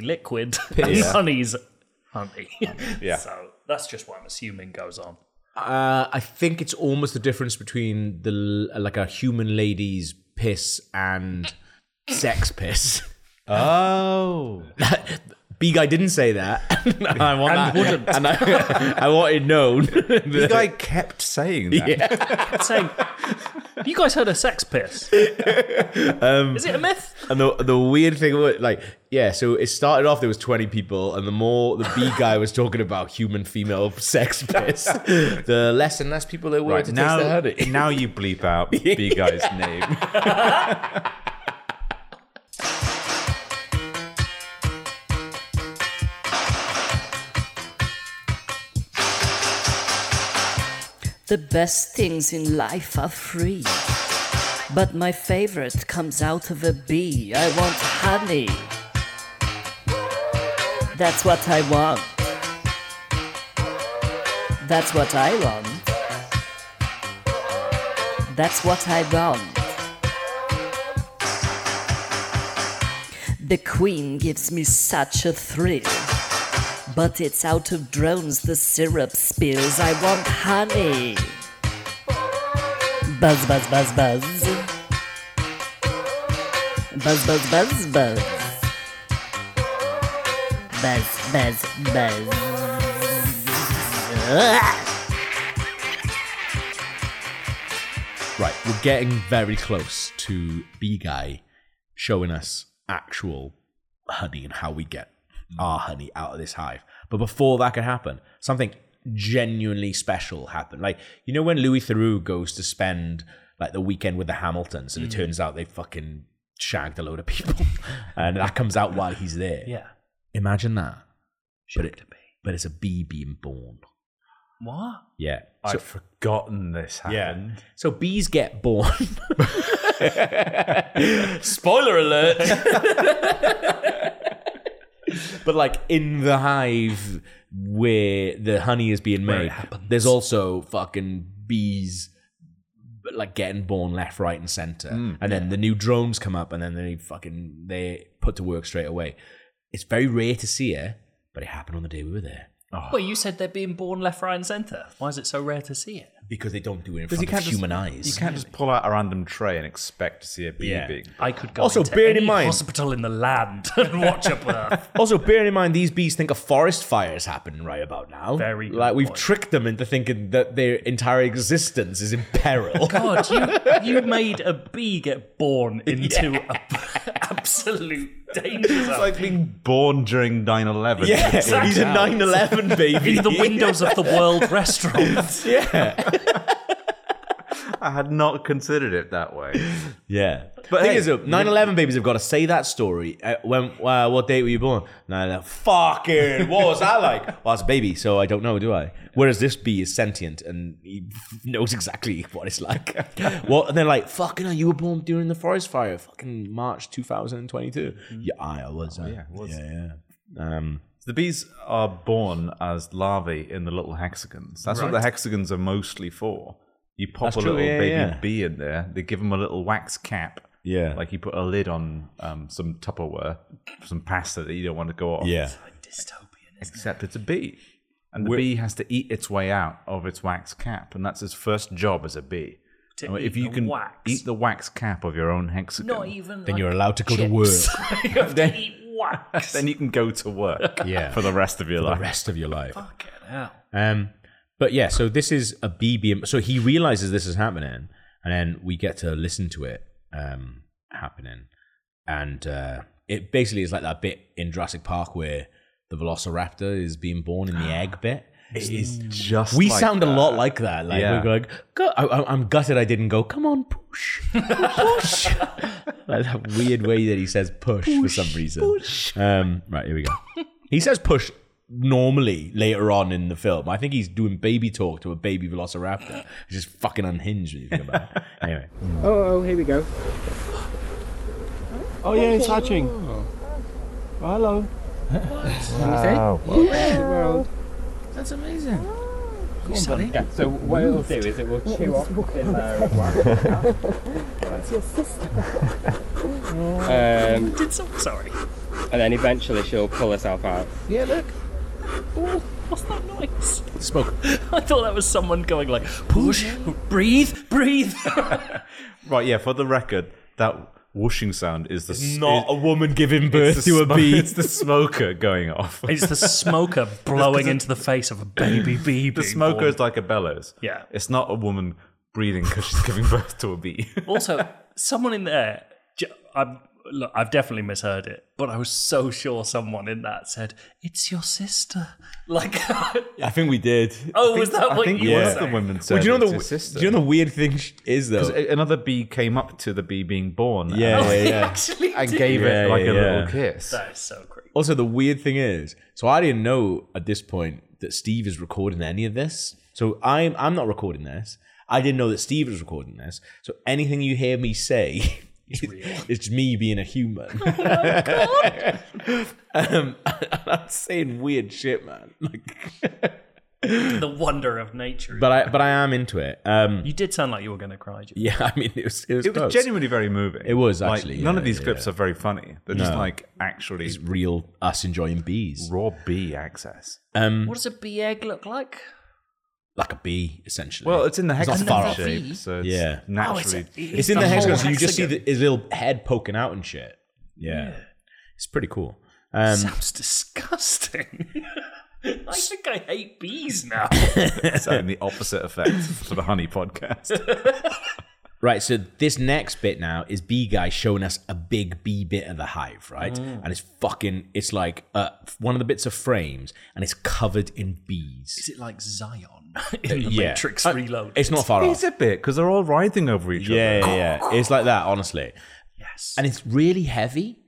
(laughs)
liquid. And honey's honey.
Yeah.
(laughs) So that's just what I'm assuming goes on.
Uh, I think it's almost the difference between the l- like a human lady's piss and sex piss. (laughs)
Oh,
Big guy didn't say that. (laughs) I want that. (laughs) And I, I want it known.
the guy kept saying that.
saying, "Have you guys heard of sex piss?
Um,
Is it a myth?
And the the weird thing was like, yeah, so it started off there was 20 people, and the more the
(laughs)
B guy was talking about human female sex piss, the less and less people there were
Right
to
now,
taste the honey.
now you bleep out
(laughs)
bee guy's name.
The best things in life are free. But my favorite comes out of a bee. I want honey. That's what I want. That's what I want. That's what I want. The queen gives me such a thrill. But it's out of drones the syrup spills. I want honey. Buzz, buzz, buzz, buzz. Buzz, buzz, buzz, buzz. Buzz, buzz, buzz.
Right, we're getting very close to B guy showing us actual honey and how we get our honey out of this hive. But before that could happen, something genuinely special happened. Like you know when Louis Theroux goes to spend like the weekend with the Hamiltons,
Mm.
and it turns out they fucking shagged a load of people, (laughs) and that comes out while he's there.
Yeah.
imagine that. But it, but it's a bee being born.
What?
Yeah.
I'd forgotten this happened.
So bees
(laughs)
get born. Spoiler alert. (laughs) but like in the hive where the honey is being made, there's also fucking bees like getting born left, right, and center.
Hmm.
and then the new drones come up, and then they fucking they put to work straight away. It's very rare to see it, but it happened on the day we were there
Well, you said they're being born left, right, and centre. Why is it so rare to see it?
because they don't do it in
you
front of
can't just-
human eyes.
You can't just pull out a random tray and expect to see a bee
Yeah.
being.
I could go
Also,
into
bear in
any
mind-
hospital in the land (laughs) and watch a birth.
Also, bearing in mind these bees think a forest fire is happening right about now.
Very good
like we've
point.
tricked them into thinking that their entire existence is in
(laughs)
peril.
God, you, you made a bee get
(laughs)
born into a, (laughs) absolute danger zone.
It's like being born during 9 11.
yeah, he's a 9/11
(laughs)
baby.
into the windows of the
(laughs)
world restaurant. (laughs)
I had not considered it that way.
Yeah, but thing
hey-
is, though, 9/11 babies have got to say that story. Uh, when uh, what date were you born? 9/11. Fucking what was that like? Well, it's a baby, so I don't know, do I? Whereas this bee is sentient and he (laughs) knows exactly (laughs) what it's like. well, and they're like, fucking, hell, you were born during the forest fire, fucking March 2022. Yeah, I was. uh, yeah,
was.
yeah, yeah. Um,
The bees are born as larvae in the little hexagons. That's what the hexagons are mostly for. You pop
That's
a
true,
little
yeah,
baby
yeah.
bee in there, they give them a little wax cap.
Yeah.
Like you put a lid on um, some Tupperware, some pasta that you don't want to go off.
yeah.
Except it's a bee. And the bee has to eat its way out of its wax cap. And that's its first job as a bee.
To
And if
eat
you
the
can
wax.
eat the wax cap of your own hexagon,
Not even.
Then
like
you're allowed to go to
chips. (laughs)
work
you have to eat
(laughs)
wax.
then you can go to work
Yeah.
(laughs) for the rest of your
the
life. (laughs)
rest of your life.
Fucking hell.
Um, but yeah, so this is a BBM. So he realizes this is happening, and then we get to listen to it um, happening, and uh, it basically is like that bit in Jurassic Park where the Velociraptor is being born in the egg bit.
It is Ah, just.
We
like
sound
that.
a lot like that. Like
Yeah.
we're like, go, I, I- I'm gutted I didn't go. Come on, push, (laughs) push. like that weird way that he says push, for some reason. Um, right here we go. He says push normally later on in the film. I think he's doing baby talk to a baby velociraptor. He's just fucking unhinged when you think about it. Anyway.
Oh, oh, here we go. Oh yeah, it's hatching. hello.
That's amazing.
Yeah, so what it'll do is it will chew off in there as well. That's your sister.
Did some, sorry.
um, and then eventually she'll pull herself out.
Yeah, look.
Oh, what's that noise?
Smoke.
(laughs) I thought that was someone going like, push, breathe, breathe.
Right, yeah, for the record, that whooshing sound is the s-
(laughs) Not a
is-
woman giving
(laughs) it's
birth
the
to a
smo-
bee.
It's the smoker going
(laughs)
off.
(laughs) It's the (laughs) smoker blowing into the face (laughs) of a baby bee.
The smoker is like a bellows.
Yeah.
It's not a woman breathing because she's giving birth to a
(laughs)
bee.
Also, someone in there. j- I'm, look, I've definitely misheard it, but I was so sure someone in that said, "It's your sister." (laughs) Like,
I think we did.
oh, was that
I
what
think
you
one
were
of the
saying?
women said
Well, do you know
it's
the
her sister.
do you know the weird thing sh- is though?
A- Another bee came up to the bee being born
(laughs) yeah, yeah,
(laughs) He
yeah.
actually
and
did.
gave
Yeah,
it like
yeah,
a
yeah.
little kiss.
That is so creepy.
Also, the weird thing is, so I didn't know at this point that Steve is recording any of this. So I'm I'm not recording this. I didn't know that Steve was recording this. So anything you hear me say, (laughs) it's me being a human. (laughs) um, I'm saying weird shit, man. (laughs) Like,
The wonder of nature.
but I but I am into it. Um,
you did sound like you were going to cry. Jim.
yeah, (laughs) I mean, it was it was,
It was
close.
genuinely very moving.
It was
Like,
actually,
none
yeah,
of these
yeah,
clips are very funny. They're just like actually
It's real us enjoying bees,
raw bee access.
What does a bee egg look like?
like a bee essentially.
Well, it's in the
not
hexagon
far.
shape, so it's
Yeah.
Oh, it's, a-
naturally.
It's in the,
whole
hexagon, so you just see the,
hexagon.
his little head poking out and shit. Yeah. It's pretty cool. Um,
Sounds disgusting. (laughs) I think I hate bees now.
It's having the opposite effect for the honey podcast.
right, so this next bit now is Bee Guy showing us a big bee bit of the hive, right? And it's fucking, it's like uh, one of the bits of frames and it's covered in
Is
bees.
it like Zion in the
yeah.
Matrix
Uh,
Reloaded?
It's not far
It's
off.
a bit because they're all writhing over each
Yeah,
other.
yeah, yeah. It's like that, honestly.
yes.
and it's really heavy.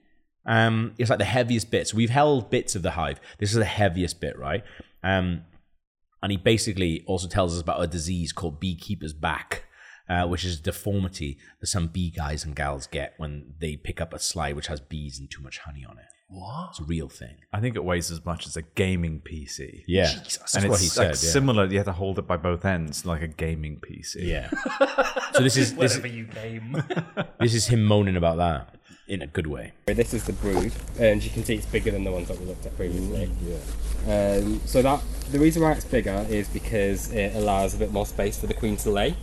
Um, it's like the heaviest bits. We've held bits of the hive. This is the heaviest bit, right? Um, and he basically also tells us about a disease called beekeeper's back, uh, which is a deformity that some bee guys and gals get when they pick up a slide which has bees and too much honey on it. What? It's a real thing.
I think it weighs as much as a gaming PC.
Yeah, that's
and
what he
it's
said.
like similar. You have to hold it by both ends like a gaming PC.
yeah. yeah. so this
(laughs)
is this,
Whatever you game.
this is him moaning about that in a good way.
This is the brood, and you can see it's bigger than the ones that we looked at previously. Yeah. Um, so that the reason why it's bigger is because it allows a bit more space for the queen to lay.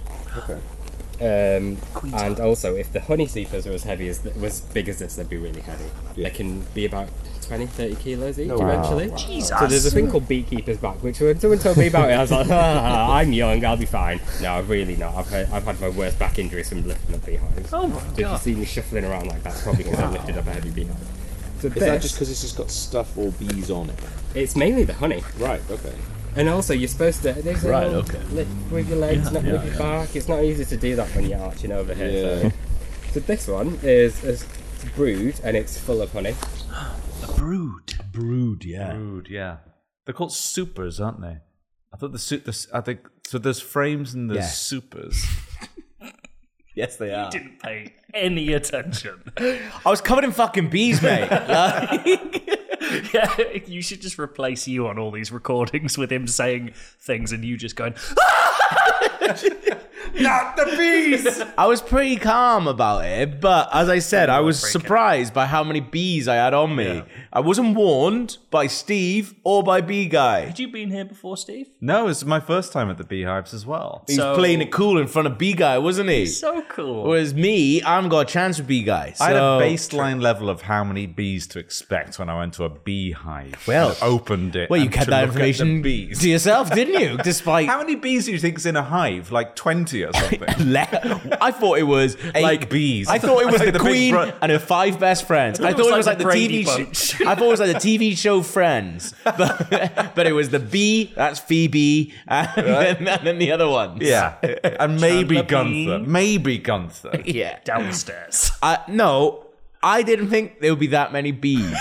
Okay. Um, and also, if the honey seekers are as heavy as th- was big as this, they'd be really heavy. They can be about 20, 30 kilos each eventually. So there's a thing called beekeeper's back, which when someone told me about it, I was like, (laughs) "Ah, I'm young, I'll be fine. No, I'm really not. I've had, I've had my worst back injuries from lifting up
(laughs)
beehives.
Oh my
so
God.
If you see me shuffling around like that, it's probably because I lifted up a heavy beehive. So
Is that just because it's just got stuff or bees on it?
it's mainly the honey.
Right. Okay.
And also, you're supposed to. There's
Right,
right,
okay.
Lift with your legs, not with your back. It's not easy to do that when you're arching over here. So. so, this one is a s- brood and it's full of honey.
a brood.
Brood, yeah.
Brood, yeah. They're called supers, aren't they? I thought the soup. The, I think so. There's frames and there's
Yeah.
supers.
Yes, they are.
Didn't pay any attention. (laughs)
I was covered in
(laughs)
fucking bees, mate.
yeah, you should just replace you on all these recordings with him saying things and you just going, "Ah!" Not the bees!
I was pretty calm about it, but as I said, I was surprised by how many bees I had on me. I wasn't warned by Steve or by Bee Guy.
Had you been here before, Steve?
no, it's my first time at the beehives as well.
He was
So-
playing it cool in front of Bee Guy, wasn't he?
So cool.
Whereas me, I haven't got a chance with Bee Guy. So
I had a baseline level of how many bees to expect when I went to a beehive.
Well-
and opened it.
Well, you
and
kept
to
that
look at the (laughs)
information
bees.
to yourself, didn't
(laughs)
you? Despite.
How many bees do you think's in a hive? Like twenty or
(laughs)
something.
Le- I thought it was like
bees.
I thought it was
Like
the,
the big
Queen
bro-
and her five best friends. I thought it was like, the TV.
Brady
Sh-
Bunch.
I thought it was like the TV show Friends, (laughs) but, but it was the bee. That's Phoebe, and, then, and then the other ones.
yeah,
(laughs)
and maybe
Chandler Bing.
Gunther. Maybe Gunther.
yeah.
(laughs) Downstairs.
I, no, I didn't think there would be that many bees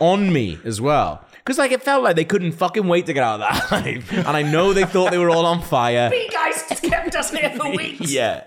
on me as well. Because like it felt like they couldn't fucking wait to get out of that (laughs) hive, and I know they thought they were all on fire.
You guys kept us here (laughs) for
(laughs)
weeks.
Yeah.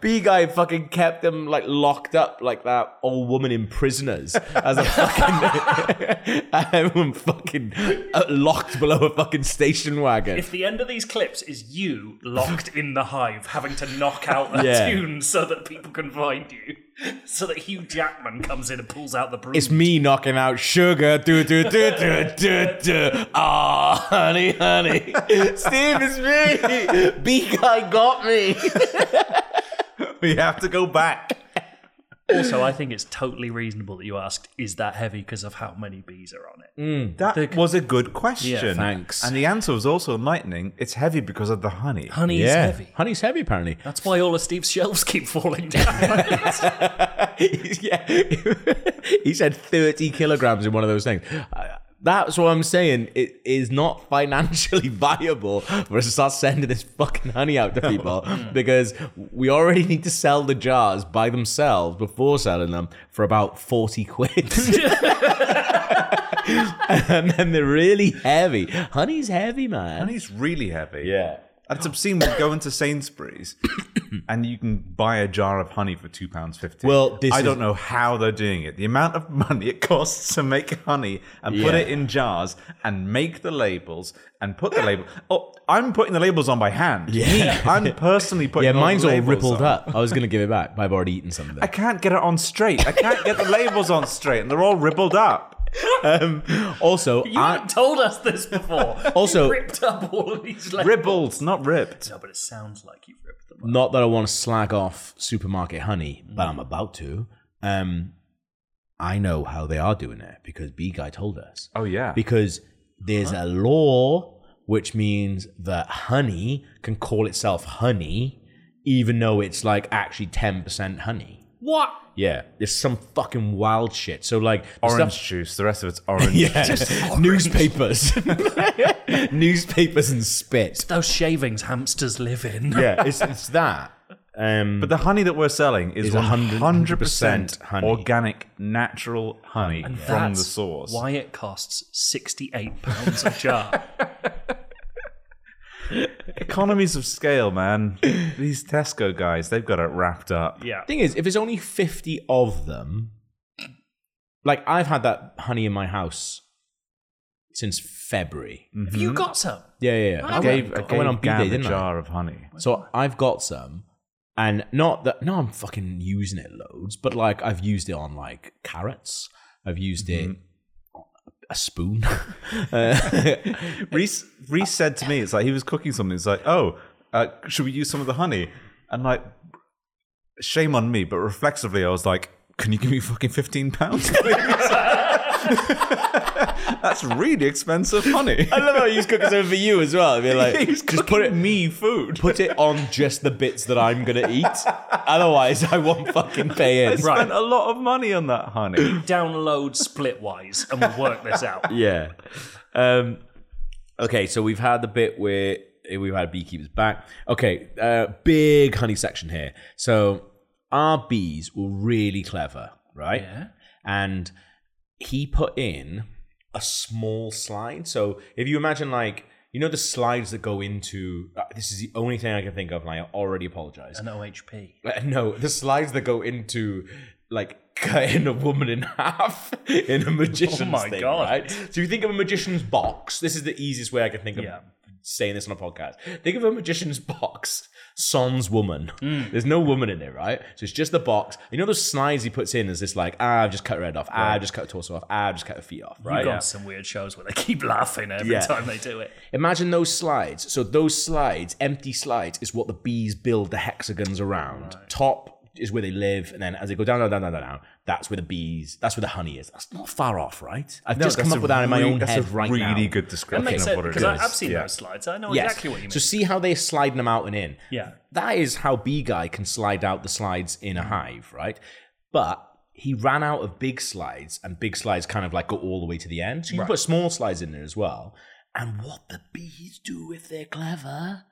B guy fucking kept them like locked up like that old woman in prisoners as a fucking (laughs) everyone fucking uh, locked below a fucking station wagon.
If the end of these clips is you locked in the hive, having to knock out a
Yeah.
tune so that people can find you, so that Hugh Jackman comes in and pulls out the broom.
It's me knocking out sugar. Do do do do do do. Ah, honey, honey. (laughs) Steve, it's me. B guy got me.
(laughs) We have to go back.
also, I think it's totally reasonable that you asked, "Is that heavy?" because of how many bees are on
Mm.
it.
That was a good question.
Yeah,
thanks.
And the answer was also enlightening. It's heavy because of the honey.
Honey is heavy.
honey's heavy apparently.
That's why all of Steve's shelves keep falling down.
(laughs) yeah, (laughs) he said thirty kilograms in one of those things. Uh, That's what I'm saying. It is not financially (laughs) viable for us to start sending this fucking honey out to people because we already need to sell the jars by themselves before selling them for about forty
(laughs)
quid. (laughs) and then they're really heavy. Honey's heavy, man.
Honey's really heavy.
yeah.
And it's obscene when you go into Sainsbury's (coughs) and you can buy a jar of honey for two pounds fifty.
Well, this
I
is-
don't know how they're doing it. The amount of money it (laughs) costs to make honey and put
Yeah.
it in jars and make the labels and put the label. Oh, I'm putting the labels on by hand. Yeah, I'm
(laughs)
personally putting.
Yeah,
all the
mine's all
labels on.
rippled up. I was gonna give it back, but I've already eaten some of it.
I can't get it on straight. I can't get the labels on straight, and they're all rippled
(laughs)
up.
Also,
you
I-
haven't told us this before.
(laughs) Also-
you ripped up all of these. Labels.
Ribbled, not ripped.
No, but it sounds like you've ripped them.
Not that I want to slag off supermarket honey, but I'm about to. Um, I know how they are doing it because B guy told us.
Oh yeah. Uh-huh.
Because there's a law which means that honey can call itself honey, even though it's like actually ten percent honey.
What?
Yeah, it's some fucking wild shit. So like the
orange
stuff-
juice. The rest of it's orange. (laughs)
(laughs) yeah, newspapers, (laughs) newspapers and spit.
Those shavings hamsters live in.
Yeah, it's, it's that. Um,
But the honey that we're selling is
Is
100%,
100% honey.
organic, natural honey from the
That's
source.
Why it costs sixty-eight pounds
(laughs)
a jar?
Economies of scale, man. These Tesco guys, they've got it wrapped up.
yeah.
thing is, if it's only 50 of them, like I've had that honey in my house since February.
Mm.
Have you got some?
Yeah, yeah, yeah.
I
I,
Gave,
went,
I
I
gave
went on B
Gab
Day, didn't
a
I?
jar of honey.
So I've got some, and not that, no, I'm fucking using it loads, but like I've used it on like carrots, I've used it on
Mm-hmm.
a spoon. (laughs) Uh,
Reese, Reese said to me, it's like he was cooking something. It's like, oh, uh, should we use some of the honey? And like, shame on me, but reflexively, I was like, can you give me fucking 15 pounds, please? (laughs) That's really expensive honey.
I love how you just cook it over for you as well. You're
(laughs)
like,
He's
just put it
me food.
put it on just the bits that I'm gonna eat. Otherwise, I won't fucking pay in.
Spent a lot of money on that (clears throat) honey.
Download Splitwise and we'll work this
(laughs)
out. (laughs)
Yeah. Um, okay, so we've had the bit where eh, we've had beekeepers back. Okay, uh, big honey section here. So our bees were really clever, right? Yeah. And he put in a small slide. So if you imagine, like, you know, the slides that go into uh, this is the only thing I can think of, and I already apologize.
An OHP.
Uh, (laughs) No, the slides that go into like cutting a woman in half in a magician's
Oh my
thing,
God.
right? So you think of a magician's box. This is the easiest way I can think of
Yeah.
saying this on a podcast. Think of a magician's box. Sans woman.
Mm.
There's no woman in it, right? So it's just the box. You know those slides he puts in is this like, ah, I've just cut her head off, ah, I've just cut her torso off, ah, I've just cut her feet off,
You've
right?
gone to some weird shows where they keep laughing every
Yeah.
time they do it.
Imagine those slides. So those slides, empty slides, is what the bees build the hexagons around. Top is where they live, and then as they go down, down, down, down, down, down, that's where the bees, that's where the honey is. That's not far off, right? I've just come
that's
up
a
with that in my
really-
own
that's
head
a
right now.
really good
That
description
makes
of
sense
what it
because
is.
I, I've seen
Yeah.
those slides. I know
Yes.
exactly what you mean.
So see how they're sliding them out and in.
Yeah.
That is how Bee Guy can slide out the slides in a
Mm.
hive, right? But he ran out of big slides, and big slides kind of like go all the way to the end. So you can put small slides in there as well. And what the bees do if they're clever,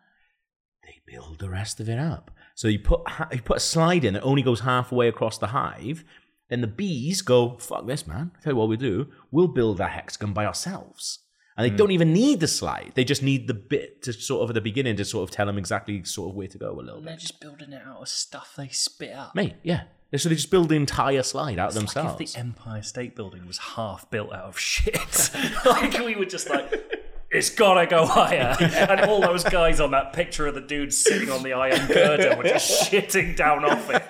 they build the rest of it up. So you put ha- you put a slide in that only goes halfway across the hive. Then the bees go, fuck this, man. I tell you what we do. We'll build that hexagon by ourselves. And
Hmm.
they don't even need the slide. They just need the bit to sort of at the beginning to sort of tell them exactly sort of where to go a little
They're
bit.
just building it out of stuff they spit up.
Mate, yeah. So they just build the entire slide out themselves.
Like if the Empire State Building was half built out of shit, (laughs) like we were just like, it's gotta go
(laughs)
higher. And all those guys on that picture of the dude sitting on the iron girder were
(laughs)
just shitting down off it.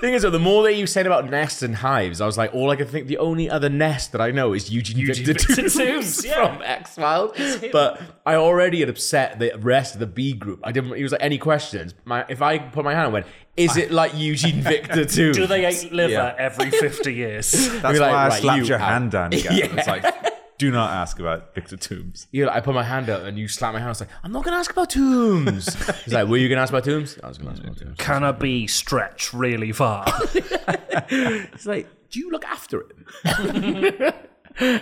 thing is, though, the more that you said about nests and hives, I was like, all I could think, the only other nest that I know is Eugene,
(laughs) Eugene
Victor
Victor
Toombs
Toombs,
(laughs)
yeah.
from X Files. But I already had upset the rest of the B group. I didn't. It was like any questions. My, if I put my hand up and went, is it like
(laughs)
Eugene Victor Toombs?
Do they eat liver every 50 years?
That's
Be like,
why I
right,
slapped
you
your
out.
hand (laughs) down again. It's
(laughs)
like, do not ask about Victor Toombs.
you know, I put my hand up and you slap my hand. I was like, I'm not gonna ask about Toombs. He's like, were you gonna ask about Toombs? I was gonna ask about Toombs.
Can a bee stretch really far?
It's like, do you look after him?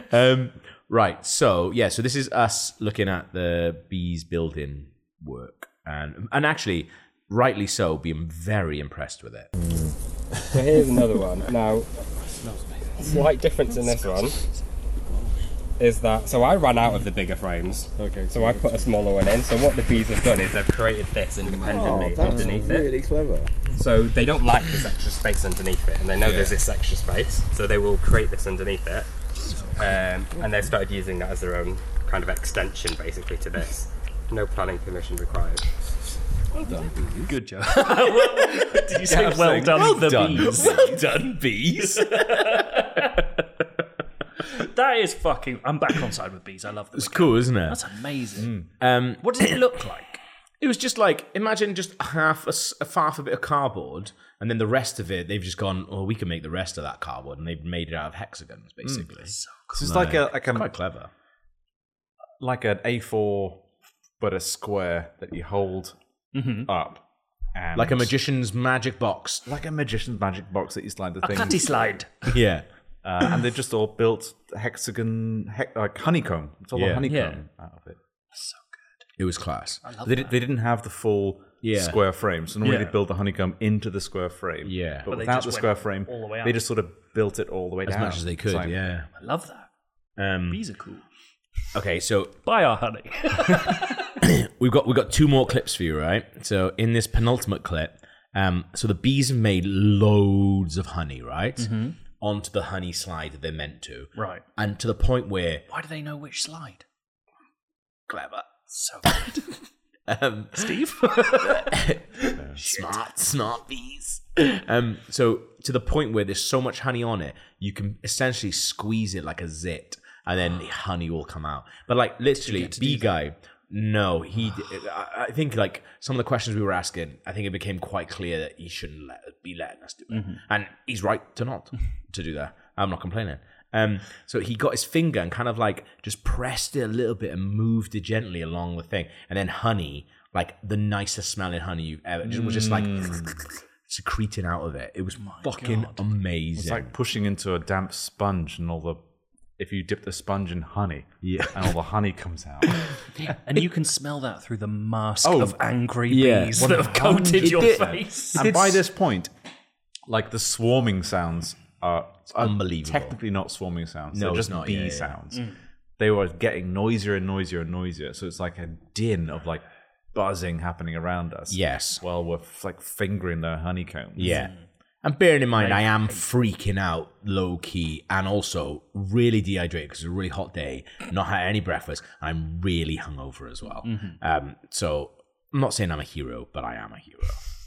(laughs) um, right. So yeah. So this is us looking at the bees building work, and and actually, rightly so, being very impressed with it.
So here's another one. Now, slight difference in this one is that so I ran out of the bigger frames. Okay. So I put a smaller one in. So what the bees have done is they've created this independently underneath it.
Oh, Really clever.
So they don't like this extra space underneath it, and they know there's this extra space, so they will create this underneath it. Um, and they've started using that as their own kind of extension, basically, to this. No planning permission required.
Good job. Did you say well done, the bees?
well done, (laughs) bees.
That is fucking. I'm back on side with bees. I love them.
it's cool, isn't it?
That's amazing.
Um, (coughs)
What does it look like?
it was just like imagine just half a, s- a half a bit of cardboard, and then the rest of it they've just gone. Oh, we can make the rest of that cardboard, and they've made it out of hexagons, basically.
It's just like a like
Quite
a
clever.
like an A4, but a square that you hold up, and
Like a magician's magic box.
like a magician's magic box that you slide the thing.
Cutty slide.
(laughs) Yeah.
uh, and they've just all built hexagon, hec- like honeycomb. It's all
Yeah.
a honeycomb
Yeah.
out of it.
It was class.
They, did, they didn't have the full
Yeah.
square frame, so normally
Yeah.
they build the honeycomb into the square frame.
Yeah.
but,
But
they
without
just
the
went
square frame,
all the way
they
up.
just sort of built it all the way
as
down
much as they
It's
could.
like-
yeah.
I love that.
Um,
Bees are cool.
okay, so
Buy our
(laughs)
honey.
we've got we've got two more clips for you, right? So in this penultimate clip, um, so the bees have made loads of honey, right?
Mm-hmm.
Onto the honey slide that they're meant to,
right.
and to the point where
Why do they know which slide?
clever,
So good.
(laughs)
um,
Steve?
smart, smart bees. Um, so to the point where there's so much honey on it, you can essentially squeeze it like a zit, and then the honey will come out. But like literally, bee guy. No, he. d- I I think like some of the questions we were asking, I think it became quite clear that he shouldn't let, be letting us do it, and he's right to not to do that. I'm not complaining. Um, so he got his finger and kind of like just pressed it a little bit and moved it gently along the thing, and then honey, like the nicest smelling honey you've ever, just, was just like secreting out of it. It was fucking amazing.
Mm. It's like pushing into a damp sponge, and all the if you dip the sponge in honey, yeah, and all the honey comes
(laughs)
out.
(laughs) and you can smell that through the mask
Oh,
of angry
yeah.
bees that have coated your
did.
face.
and by this point, like the swarming sounds are, are
unbelievable.
Technically not swarming sounds;
No,
they're
it's
just
not,
bee
yeah, yeah.
sounds.
Mm.
They were getting noisier and noisier and noisier. So it's like a din of like buzzing happening around us.
Yes.
while we're f- like fingering their honeycombs.
Yeah. And bearing in mind, I am freaking out low key and also really dehydrated because it's a really hot day, not had any breakfast. I'm really hungover as well.
Mm-hmm.
Um, so I'm not saying I'm a hero, but I am a hero.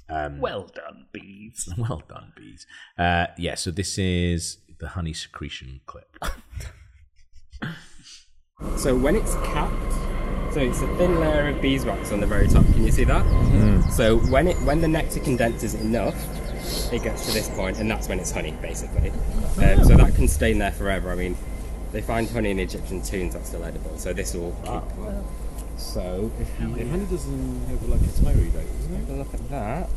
(laughs)
Well done, bees.
Well done, bees. Uh, yeah, so this is the honey secretion clip.
So when it's capped, so it's a thin layer of beeswax on the very top. Can you see that? So when it when the nectar condenses enough, it gets to this point, and that's when it's honey, basically. Um, so that can stay in there forever. I mean, they find honey in Egyptian tombs that's still edible. So this will keep. So if you
It really doesn't have like a expiry date, doesn't it?
have a look at that,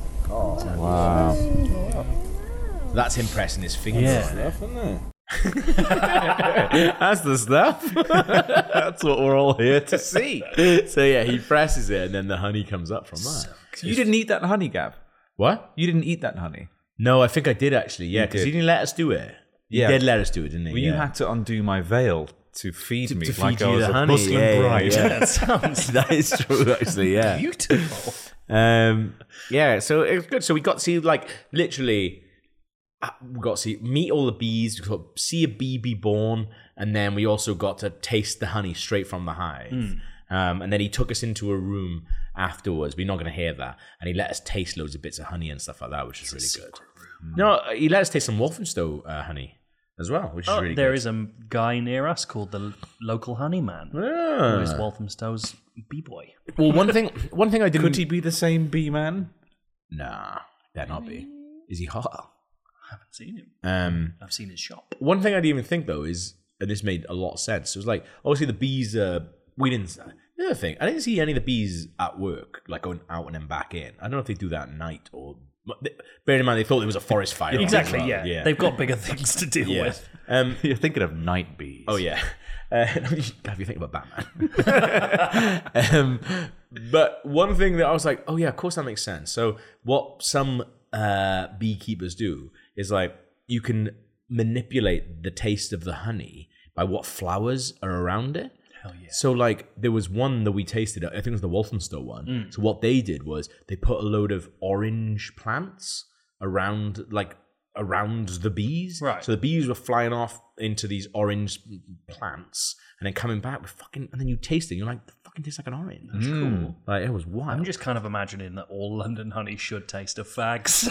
That's impressing his fingers.
Yeah.
Enough, isn't it?
(laughs)
That's the stuff. That's what we're all here (laughs) to see.
(laughs) so yeah, he presses it and then the honey comes up from that.
You didn't eat that honey, Gav.
What?
You didn't eat that honey.
No, I think I did actually. Yeah, because
did.
he didn't let us do it.
Yeah.
He did let us do it, didn't he?
Well, you
Yeah.
had to undo my veil to feed me
to feed
like I
you
was
the
a
honey.
Muslim
Yeah, yeah,
bride.
yeah.
(laughs) That sounds
(laughs) (laughs) that is true, actually. Yeah.
beautiful.
Um, yeah, so it was good. So we got to see, like, literally, uh, we got to see, meet all the bees, we got to see a bee be born, and then we also got to taste the honey straight from the hive. Um, and then he took us into a room afterwards. We're not going to hear that. And he let us taste loads of bits of honey and stuff like that, which is really good. No, he let us taste some Walthamstow uh, honey as well, which is
Oh,
really
there
good.
is a guy near us called the l- local honeyman. Who is Walthamstow's b boy.
well, one thing, one thing I didn't.
Could he be the same bee man?
Nah, that not be. Is he hot?
I've seen him.
Um,
I've seen his shop.
one thing I didn't even think though is, and this made a lot of sense. It was like obviously the bees. Uh, we didn't. The other thing, I didn't see any of the bees at work, like going out and then back in. I don't know if they do that at night or. But they, bearing in mind, they thought it was a forest fire. as
Exactly,
well.
yeah.
yeah.
They've got bigger (laughs) things to deal
yeah.
with.
Um,
(laughs) You're thinking of night bees.
Oh yeah. (laughs) Uh, have you think about Batman? (laughs) um, but one thing that I was like, oh yeah, of course that makes sense. So what some uh, beekeepers do is like you can manipulate the taste of the honey by what flowers are around it. Hell yeah. So like there was one that we tasted. I think it was the Walthamstow one. So what they did was they put a load of orange plants around like around the bees.
Right.
So the bees were flying off into these orange plants and then coming back with fucking and then you taste it and you're like, "That fucking tastes like an orange. That's cool. Like it was wild.
I'm just kind of imagining that all London honey should taste of fags.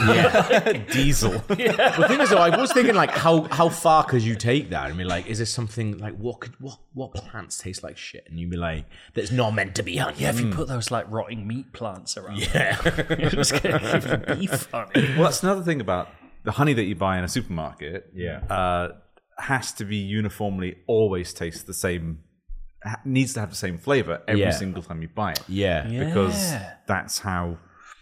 (laughs) diesel. The thing is, though, I was thinking like, how how far could you take that? I mean, like, is there something like what could what what plants taste like shit? And you'd be like, that's not meant to be honey.
Yeah, (laughs) if you put those like rotting meat plants around, yeah, (laughs) it's gonna give
(laughs)
you beef honey.
Well, that's another thing about the honey that you buy in a supermarket. Yeah. Uh, has to be uniformly always taste the same. ha- Needs to have the same flavor every
Yeah.
single time you buy it.
Yeah. Mm.
Because
Yeah.
that's how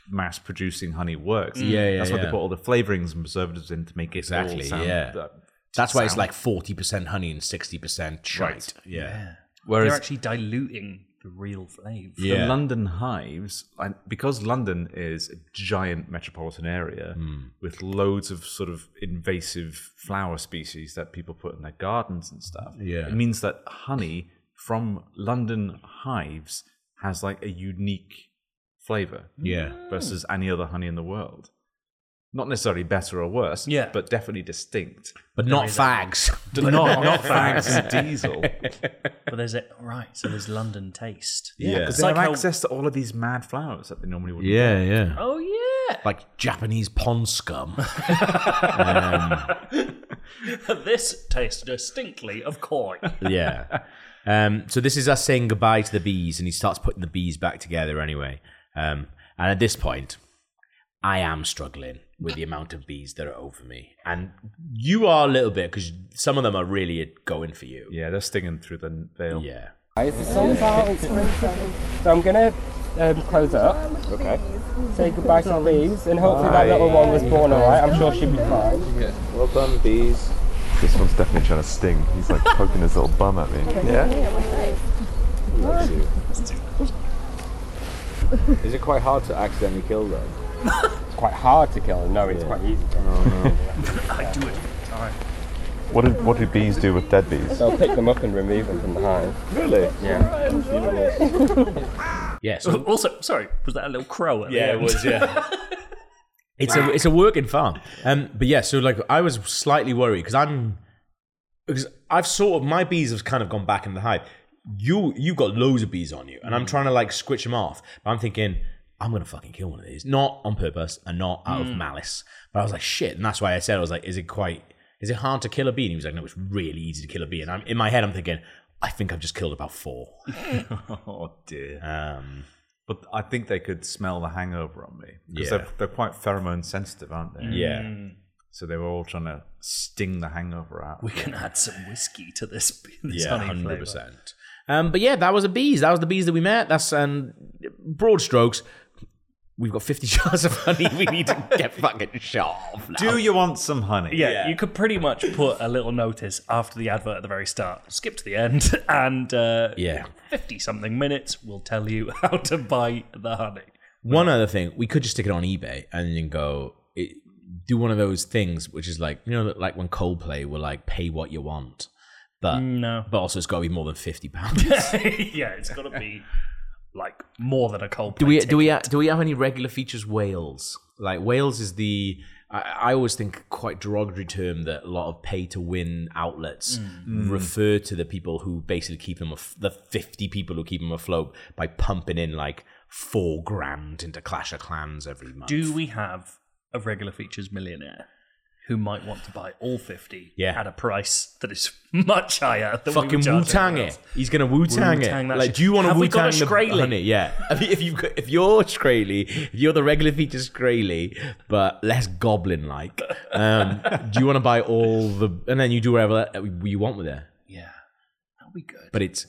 mass producing honey works.
Yeah, yeah,
That's why
yeah.
they put all the flavorings and preservatives in to make it all
Exactly,
sound,
yeah.
uh,
That's why it's like forty percent honey and sixty percent shite.
Right.
Yeah.
They're
whereas
actually diluting the real flavour.
Yeah.
the London hives, and because London is a giant metropolitan area
Hmm.
with loads of sort of invasive flower species that people put in their gardens and stuff,
Yeah.
it means that honey from London hives has like a unique flavor
Yeah.
versus any other honey in the world. Not necessarily better or worse,
Yeah.
but definitely distinct.
But not fags.
Not,
(laughs)
not fags and diesel.
But there's a right, so there's London taste.
Yeah, because
It's
they
like
have
how-
access to all of these mad flowers that they normally wouldn't.
Yeah, yeah.
Oh yeah, (laughs)
Like Japanese pond scum. Um,
this tastes distinctly of
(laughs)
corn.
yeah. Um, so this is us saying goodbye to the bees, and he starts putting the bees back together anyway. Um, and at this point, I am struggling with the amount of bees that are over me, and you are a little bit because some of them are really going for you.
Yeah, they're stinging through the veil.
Yeah.
So I'm gonna um, close it up. Okay. Say goodbye to the leaves, and hopefully that little one was born alright. I'm sure she'll be fine.
Well done, bees.
This one's definitely trying to sting. He's like poking his little bum at me.
Yeah? Is it quite hard to accidentally kill them?
It's quite hard to kill. No, it's quite easy.
I do it. All right.
What do, what do bees do with dead bees?
They'll pick them up and remove them from the hive.
Really?
Yeah.
Yeah. So
Oh, Also, sorry, was that a little crow? At the end?
Yeah. (laughs) it's a it's a working farm. Um, but yeah, so like I was slightly worried because I'm because I've sort of my bees have kind of gone back in the hive. You you got loads of bees on you, and I'm trying to like squitch them off. But I'm thinking I'm gonna fucking kill one of these, not on purpose and not out of malice. But I was like shit, and that's why I said I was like, is it quite is it hard to kill a bee? And he was like, no, it's really easy to kill a bee. And I'm in my head, I'm thinking. I think I've just killed about four.
(laughs) Oh dear.
Um,
But I think they could smell the hangover on me because
Yeah.
they're, they're quite pheromone sensitive, aren't they?
yeah,
So they were all trying to sting the hangover out.
(laughs) we can add some whiskey to this. (laughs) this
yeah,
honey
hundred
flavour.
percent. Um, but yeah, that was the bees. That was the bees that we met. That's um, broad strokes. We've got fifty (laughs) jars of honey. We need to get fucking sharp. now.
Do you want some honey?
Yeah, you could pretty much put a little notice after the advert at the very start. Skip to the end, (laughs) and uh,
Yeah.
50 something minutes will tell you (laughs) how to buy the honey. (laughs)
One other thing, we could just stick it on eBay and then go. It, do one of those things, which is like you know, like when Coldplay will like pay what you want, but
No.
but also it's got to be more than fifty pounds.
yeah, it's got to be like more than a cold.
do we do we ha- do we have any regular features? Wales, like Wales, is the I, I always think quite derogatory term that a lot of pay to win outlets refer to the people who basically keep them af- the fifty people who keep them afloat by pumping in like four grand into Clash of Clans every month.
Do we have a regular features millionaire who might want to buy all fifty
Yeah.
at a price that is (laughs) much higher than we
fucking
would
Wu
charge
Tang
everyone
it. He's gonna Wu Tang it.
Wu-Tang that
Like,
shit.
do you want to
Have
Wu
we got
Tang
a
the
Shkreli?
honey? Yeah. (laughs) I mean, if you if you're Shkreli, if you're the regular feature Shkreli, but less goblin like, um, do you want to buy all the and then you do whatever you want with it?
else. Yeah, that'll be good.
But it's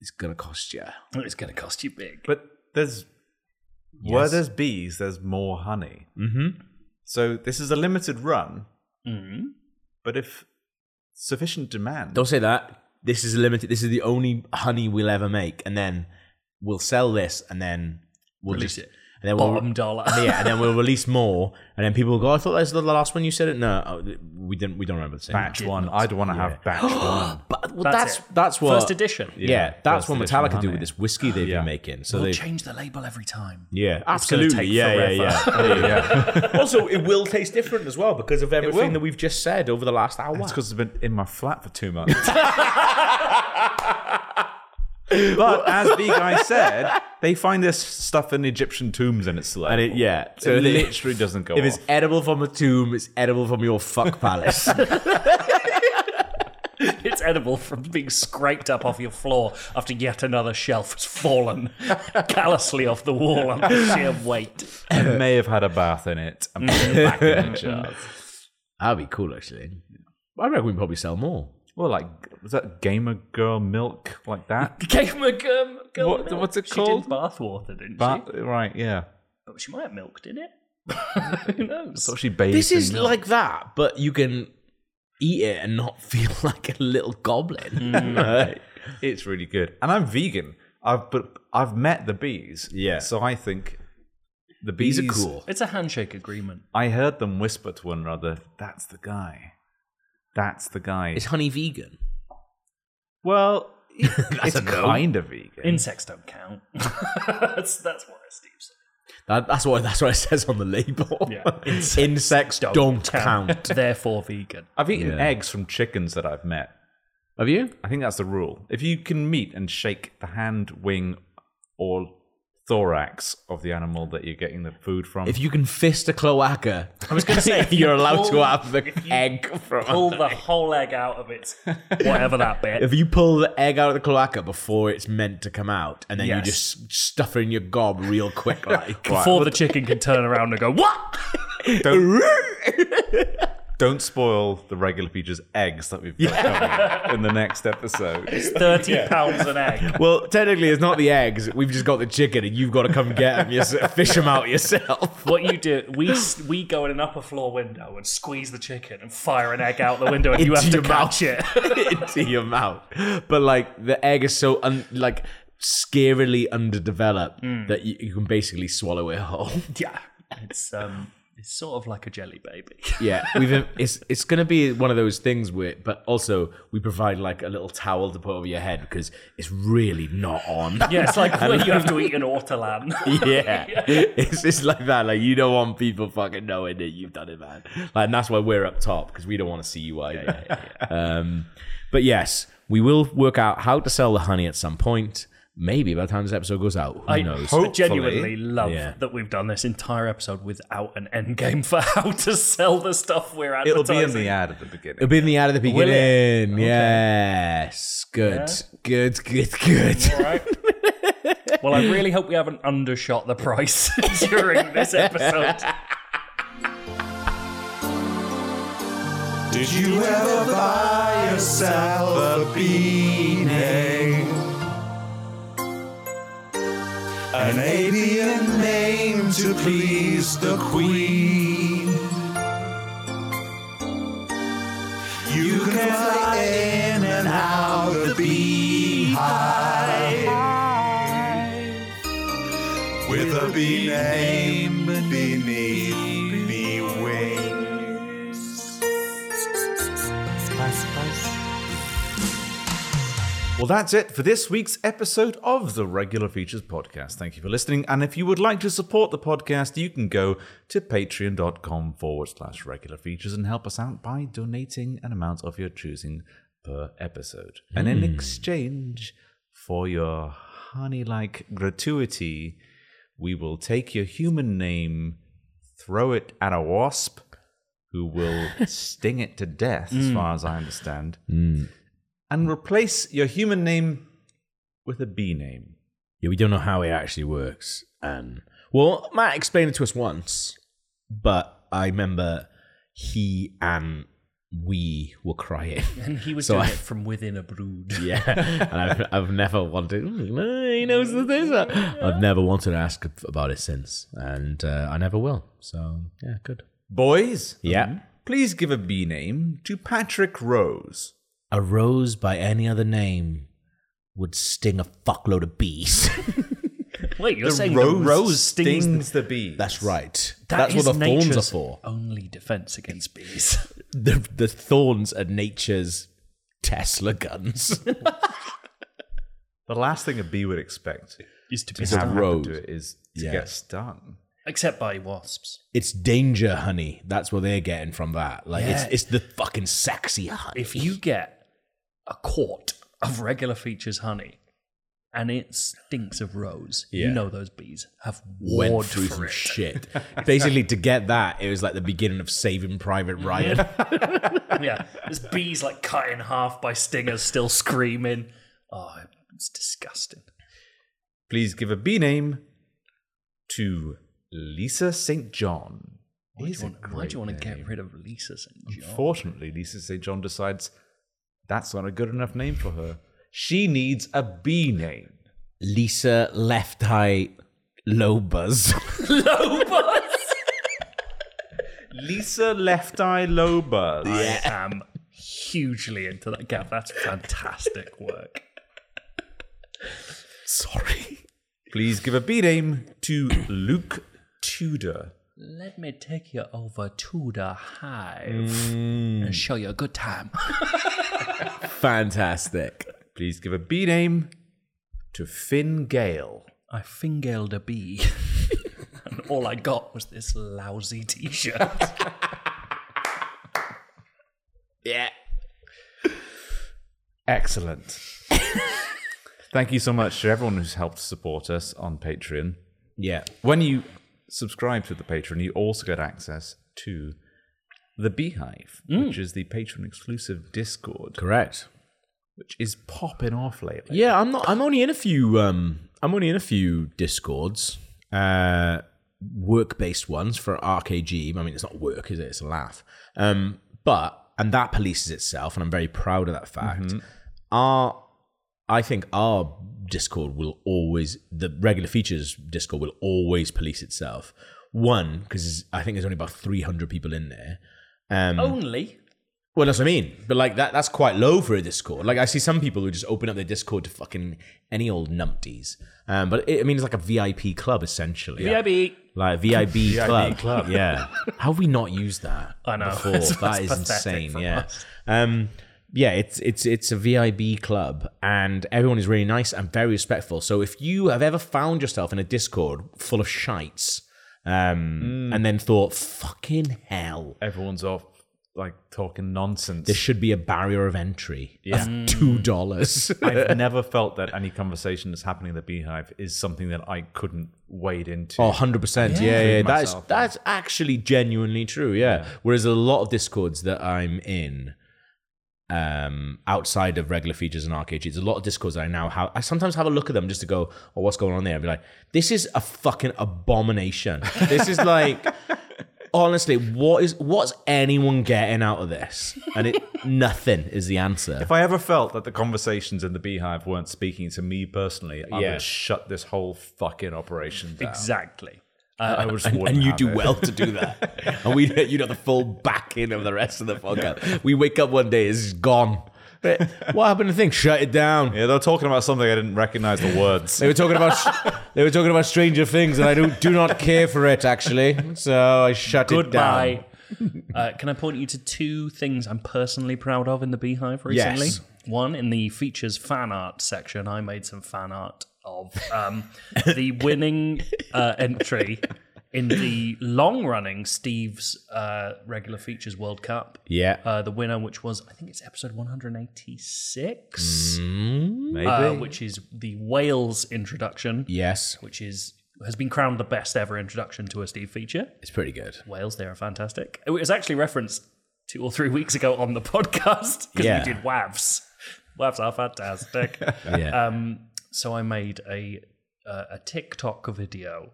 it's gonna cost you.
But it's going to cost you big.
But there's where there's bees, there's more honey. Mm-hmm. Mm-hmm. So this is a limited run.
Mhm.
But if sufficient demand,
Don't say that. This is limited. This is the only honey we'll ever make, and then we'll sell this, and then we'll
Release
just
it.
and then
Bottom dollar.
(laughs) yeah, and then
(laughs)
we'll release more, and then people will go. I thought that was the last one you said it. No, oh, we didn't. We don't remember the same.
batch one, I'd want to have (gasps) batch one.
But well,
That's
that's
it.
that's, what
First edition.
Yeah,
Yeah,
that's
first
what
edition
Metallica do
honey.
with this whiskey they've been making. So
We'll
they
change the label every time. (laughs)
yeah,
gonna
absolutely.
take
Yeah, yeah,
(laughs)
yeah,
forever.
(laughs)
yeah. also, it will taste different as well because of everything that we've just said over the last hour.
That's because it's been in my flat for two
(laughs)
months.
But-
But as B guy said, they find this stuff in Egyptian tombs and it's like,
and it, yeah,
so it
they-
literally doesn't go
If
off.
it's edible from a tomb, it's edible from your
(laughs)
fuck palace.
It's edible from being scraped up off your floor after yet another shelf has fallen (laughs) callously off the wall under sheer weight.
I may have had a bath in it and put it back in the
(laughs)
jar.
That'd be cool, actually. I reckon we probably sell more.
Well, like, was that Gamer Girl milk like that?
Gave him a gum. gum
What-
milk.
what's it
um, she
called?
Did bathwater, didn't Oh,
But, right, yeah.
she? She might have milked
(laughs)
in it. Who knows?
So she bathed
This
in
is
milk.
like that, but you can eat it and not (laughs) feel like a little goblin.
Mm,
(laughs)
It's really good, and I'm vegan. I've but I've met the bees.
Yeah.
So I think the bees,
These are cool.
It's a handshake agreement.
I heard them whisper to one another, "That's the guy. That's the guy."
Is honey vegan? (laughs)
well, it's
a no.
kind of vegan.
Insects don't count. (laughs) that's that's what Steve said.
That, that's what that's what it (laughs) says on the label.
Yeah.
(laughs) Insects, don't, count. (laughs)
Therefore, vegan.
I've eaten
Yeah.
eggs from chickens that I've met.
Have you?
I think that's the rule. If you can meet and shake the hand, wing, or thorax of the animal that you're getting the food from,
If you can fist a cloaca, I was going (laughs) to
say, if you
you're allowed to
pull-
have the egg from.
Oh,
Pull the whole egg out
(laughs)
of its whatever that
(laughs)
bit.
if you pull the egg out of the cloaca before it's meant to come out, and then
Yes.
you just stuff it in your gob real
(laughs)
quick, like
Before the chicken can turn around and go, what?
don't spoil the regular features eggs that we've got coming in the next episode.
(laughs)
Thirty pounds an egg.
(laughs) Well, technically, it's not the eggs. We've just got the chicken, and you've got to come get them, yourself, (laughs) fish them out yourself.
(laughs) What you do? We s- we go in an upper floor window and squeeze the chicken and fire an egg out the window, and you
(laughs) Into
have to
your mouth.
catch
(laughs)
it.
into your mouth. But like the egg is so un- like scarily underdeveloped that you, you can basically swallow it (laughs) whole.
yeah, it's um, it's sort of like a jelly baby.
yeah, we've it's it's gonna be one of those things where, but also we provide like a little towel to put over your head because it's really not on.
(laughs) Yeah, it's like when you have to eat an ortolan. (laughs)
yeah. It's just like that. Like you don't want people fucking knowing that you've done it, man. Like and that's why we're up top because we don't want to see you either. Um, but yes, we will work out how to sell the honey at some point. Maybe by the time this episode goes out, who
I
knows?
I genuinely love
Yeah.
that we've done this entire episode without an end game (laughs) for how to sell the stuff we're
It'll
advertising.
be in the ad at the beginning.
It'll be in the ad at the
Will it?
beginning. Yes. Good. Good. Good. Good.
Well, I really hope we haven't undershot the price (laughs) during this episode.
Did you ever buy yourself a bean egg? An alien name to please the queen. You can fly in and out the beehive with a bee name beneath bee wings.
Well, that's it for this week's episode of the Regular Features Podcast. Thank you for listening. And if you would like to support the podcast, you can go to patreon.com forward slash regular features and help us out by donating an amount of your choosing per episode. And in
Mm.
exchange for your honey like gratuity, we will take your human name, throw it at a wasp who will (laughs) sting it to death, as
Mm.
far as I understand and replace your human name with a bee name.
Yeah, we don't know how it actually works. And well, Matt explained it to us once, but I remember he and we were
(laughs)
crying, (laughs)
And he was
So
doing
I-
it from within a brood.
Yeah, and I've, I've never wanted. "Mm, He knows the things. I've never wanted to ask about it since, and uh, I never will. So yeah, good.
Boys,
Yeah.
Mm-hmm.
please give a bee name to Patrick Rose.
A rose by any other name would sting a fuckload of bees. (laughs)
Wait, you're
The
saying
rose
the rose stings,
stings the bees.
That's right.
That
That's what
is
the thorns are
nature's
for.
Only defense against bees.
(laughs) The, the thorns are nature's Tesla guns.
The last thing a bee would expect
(laughs) Used to
to
be
have
stung.
happen
rose.
to it is to
Yeah.
get stung.
except by wasps.
it's danger honey. That's what they're getting from that. Like
Yeah.
it's it's the fucking sexy honey.
If you get a quart of regular features honey and it stinks of rose,
Yeah.
you know those bees have
went
warred
through
for (laughs)
some
it.
shit. Basically, to get that, it was like the beginning of Saving Private Ryan.
yeah, there's bees like cut in half by stingers, still screaming. Oh, it's disgusting.
Please give a bee name to Lisa St. John.
Why do,
He's
you
a
want, why do you
great
want to
name.
get rid of Lisa St. John? (laughs)
Fortunately, Lisa St. John decides that's not a good enough name for her. She needs a bee name.
Lisa Left Eye (laughs) Lobuz.
Lisa Left Eye Loba.
I am hugely into that, Gav. That's fantastic work.
(laughs) Sorry.
Please give a bee name to Luke Tudor.
Let me take you over to the hive and show you a good time. (laughs)
Fantastic.
Please give a bee name to Finn Gale.
I fingered a bee, (laughs) and all I got was this lousy t shirt.
Yeah.
Eh. Excellent. Thank you so much to everyone who's helped support us on Patreon.
Yeah.
When you subscribe to the Patreon, you also get access to the Beehive, which is the Patreon exclusive Discord,
Correct.
which is popping off lately.
Yeah, I'm not I'm only in a few um I'm only in a few discords. Uh work based ones for RKG. I mean it's not work, is it? It's a laugh. Um but and that polices itself and I'm very proud of that fact. Our I think our Discord will always the regular features Discord will always police itself. One, because I think there's only about three hundred people in there. Um
(laughs) Only.
well, that's what I mean. But like that that's quite low for a Discord. Like I see some people who just open up their Discord to fucking any old numpties. Um, but it, I mean, it's like a VIP club essentially.
VIB.
Like VIB club. club. Yeah. How have we not used that?
I know.
Before?
(laughs) It's-
that
it's
is
pathetic
insane.
from
Yeah.
us.
Um, yeah, it's it's it's a VIB club, and everyone is really nice and very respectful. So if you have ever found yourself in a Discord full of shites,
Mm.
um, and then thought, "Fucking hell,
Everyone's off like talking nonsense.
there should be a barrier of entry of two
(laughs)
dollars. (laughs)
I've never felt that any conversation that's happening in the beehive is something that I couldn't wade into.
Oh, 100%. Yeah, yeah.
Include
That is,
myself, yeah.
that's actually genuinely true. Yeah. Whereas a lot of discords that I'm in, um, outside of regular features and RKGs, a lot of discords that I now have, I sometimes have a look at them just to go, oh, what's going on there? And be like, this is a fucking abomination. This is
(laughs)
like, honestly, what is, what's anyone getting out of this? And it, nothing is the answer.
If I ever felt that the conversations in the beehive weren't speaking to me personally, I
Yeah.
would shut this whole fucking operation down.
Exactly.
I would just
and,
wouldn't
and you
have
do
it.
well to do that. and we, you'd have the full backing of the rest of the podcast. We wake up one day, it's gone. But what happened to things? Shut it
(laughs)
down.
Yeah, they were talking about something I didn't recognize the words.
They were talking about they were talking about Stranger Things, and I do do not care for it actually. So I shut it down.
(laughs) Goodbye. uh, can I point you to two things I'm personally proud of in the Beehive recently?
Yes.
One in the features fan art section, I made some fan art of
(laughs)
um, the winning uh, entry in the long running Steve's uh, regular features World Cup.
Yeah.
Uh, the winner, which was, I think it's episode 186,
Maybe.
uh, which is the Wales introduction.
Yes.
Which is. Has been crowned the best ever introduction to a Steve feature.
It's pretty good.
Wales, they are fantastic. It was actually referenced two or three weeks ago on the (laughs) podcast because
Yeah.
we did WAVs. WAVs
(laughs)
are fantastic.
Yeah.
Um, so I made a uh, a TikTok video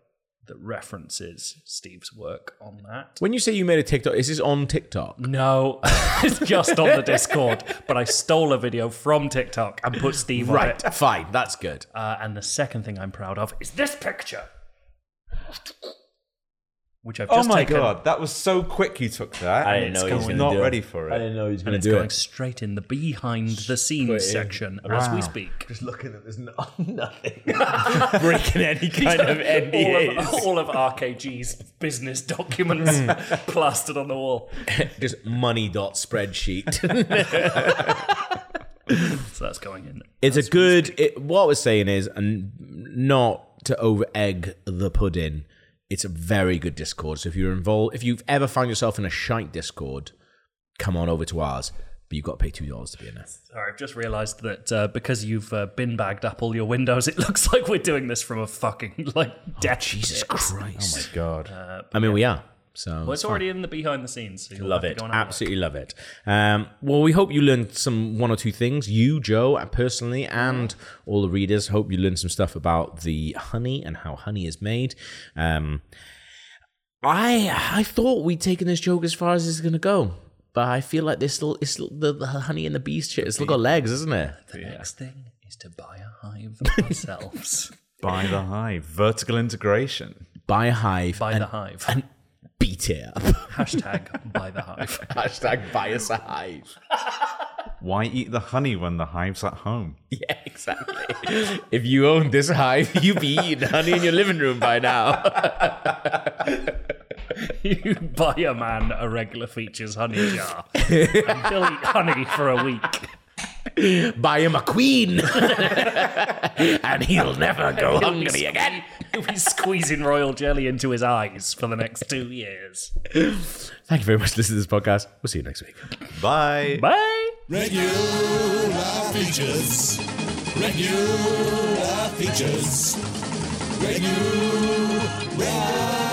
that references Steve's work on that.
When you say you made a TikTok, is this on TikTok?
No, (laughs) it's just on the Discord, but I stole a video from TikTok and put Steve on
Right,
it.
fine, that's good.
Uh, and the second thing I'm proud of is this picture, which
(laughs)
I've
Oh
just
my
taken.
god, that was so quick you took that.
I
and
didn't
it's
know he was
going-
gonna
not
do it.
ready for it.
know he's
and it's going straight in the behind the scenes
Straight in.
section as
Wow.
we speak.
Just looking at this,
(laughs)
nothing. Breaking any kind of
all, of,
NDAs.
all of RKG's business documents
Hmm.
(laughs) plastered on the wall.
Just money dot spreadsheet. (laughs)
So that's going in.
It's a good. It, what we're saying is, and not to over egg the pudding. It's a very good Discord. So if you're involved, if you've ever found yourself in a shite Discord, come on over to ours. But you've got to pay two dollars to be in there.
Sorry, I've just realised that uh, because you've uh, bin bagged up all your windows, it (laughs) looks like we're doing this from a fucking like death.
Jesus
pit.
Christ!
Oh my god.
I mean, we are. So
Well, it's already in the behind the scenes. So you'll
Love
have to
it.
go and have a look.
Absolutely love it. Um, well, we hope you learned some one or two things. You, Joe, and personally, and all the readers, hope you learned some stuff about the honey and how honey is made. Um, I I thought we'd taken this joke as far as it's gonna go, but I feel like this little, it's little- the, the honey and the bees shit. It's still got legs, isn't it?
The next thing is to buy a hive
(laughs)
ourselves.
By the hive. Vertical integration.
Buy a hive
buy
and
the hive.
beat it up. (laughs)
Hashtag buy the hive.
Hashtag buy us a hive. (laughs)
Why eat the honey when the hive's at (laughs) home?
Yeah,
(laughs)
exactly. if you owned this hive, (laughs) you'd be eating honey in your living room by now.
you buy a man a regular features honey jar and he'll eat honey for a week.
buy him a queen, (laughs) and he'll never go hungry again.
(laughs) He'll be squeezing royal jelly into his eyes for the next two years.
Thank you very much for listening to this podcast. We'll see you next week.
Bye.
Bye.
Regular features. Regular features. Regular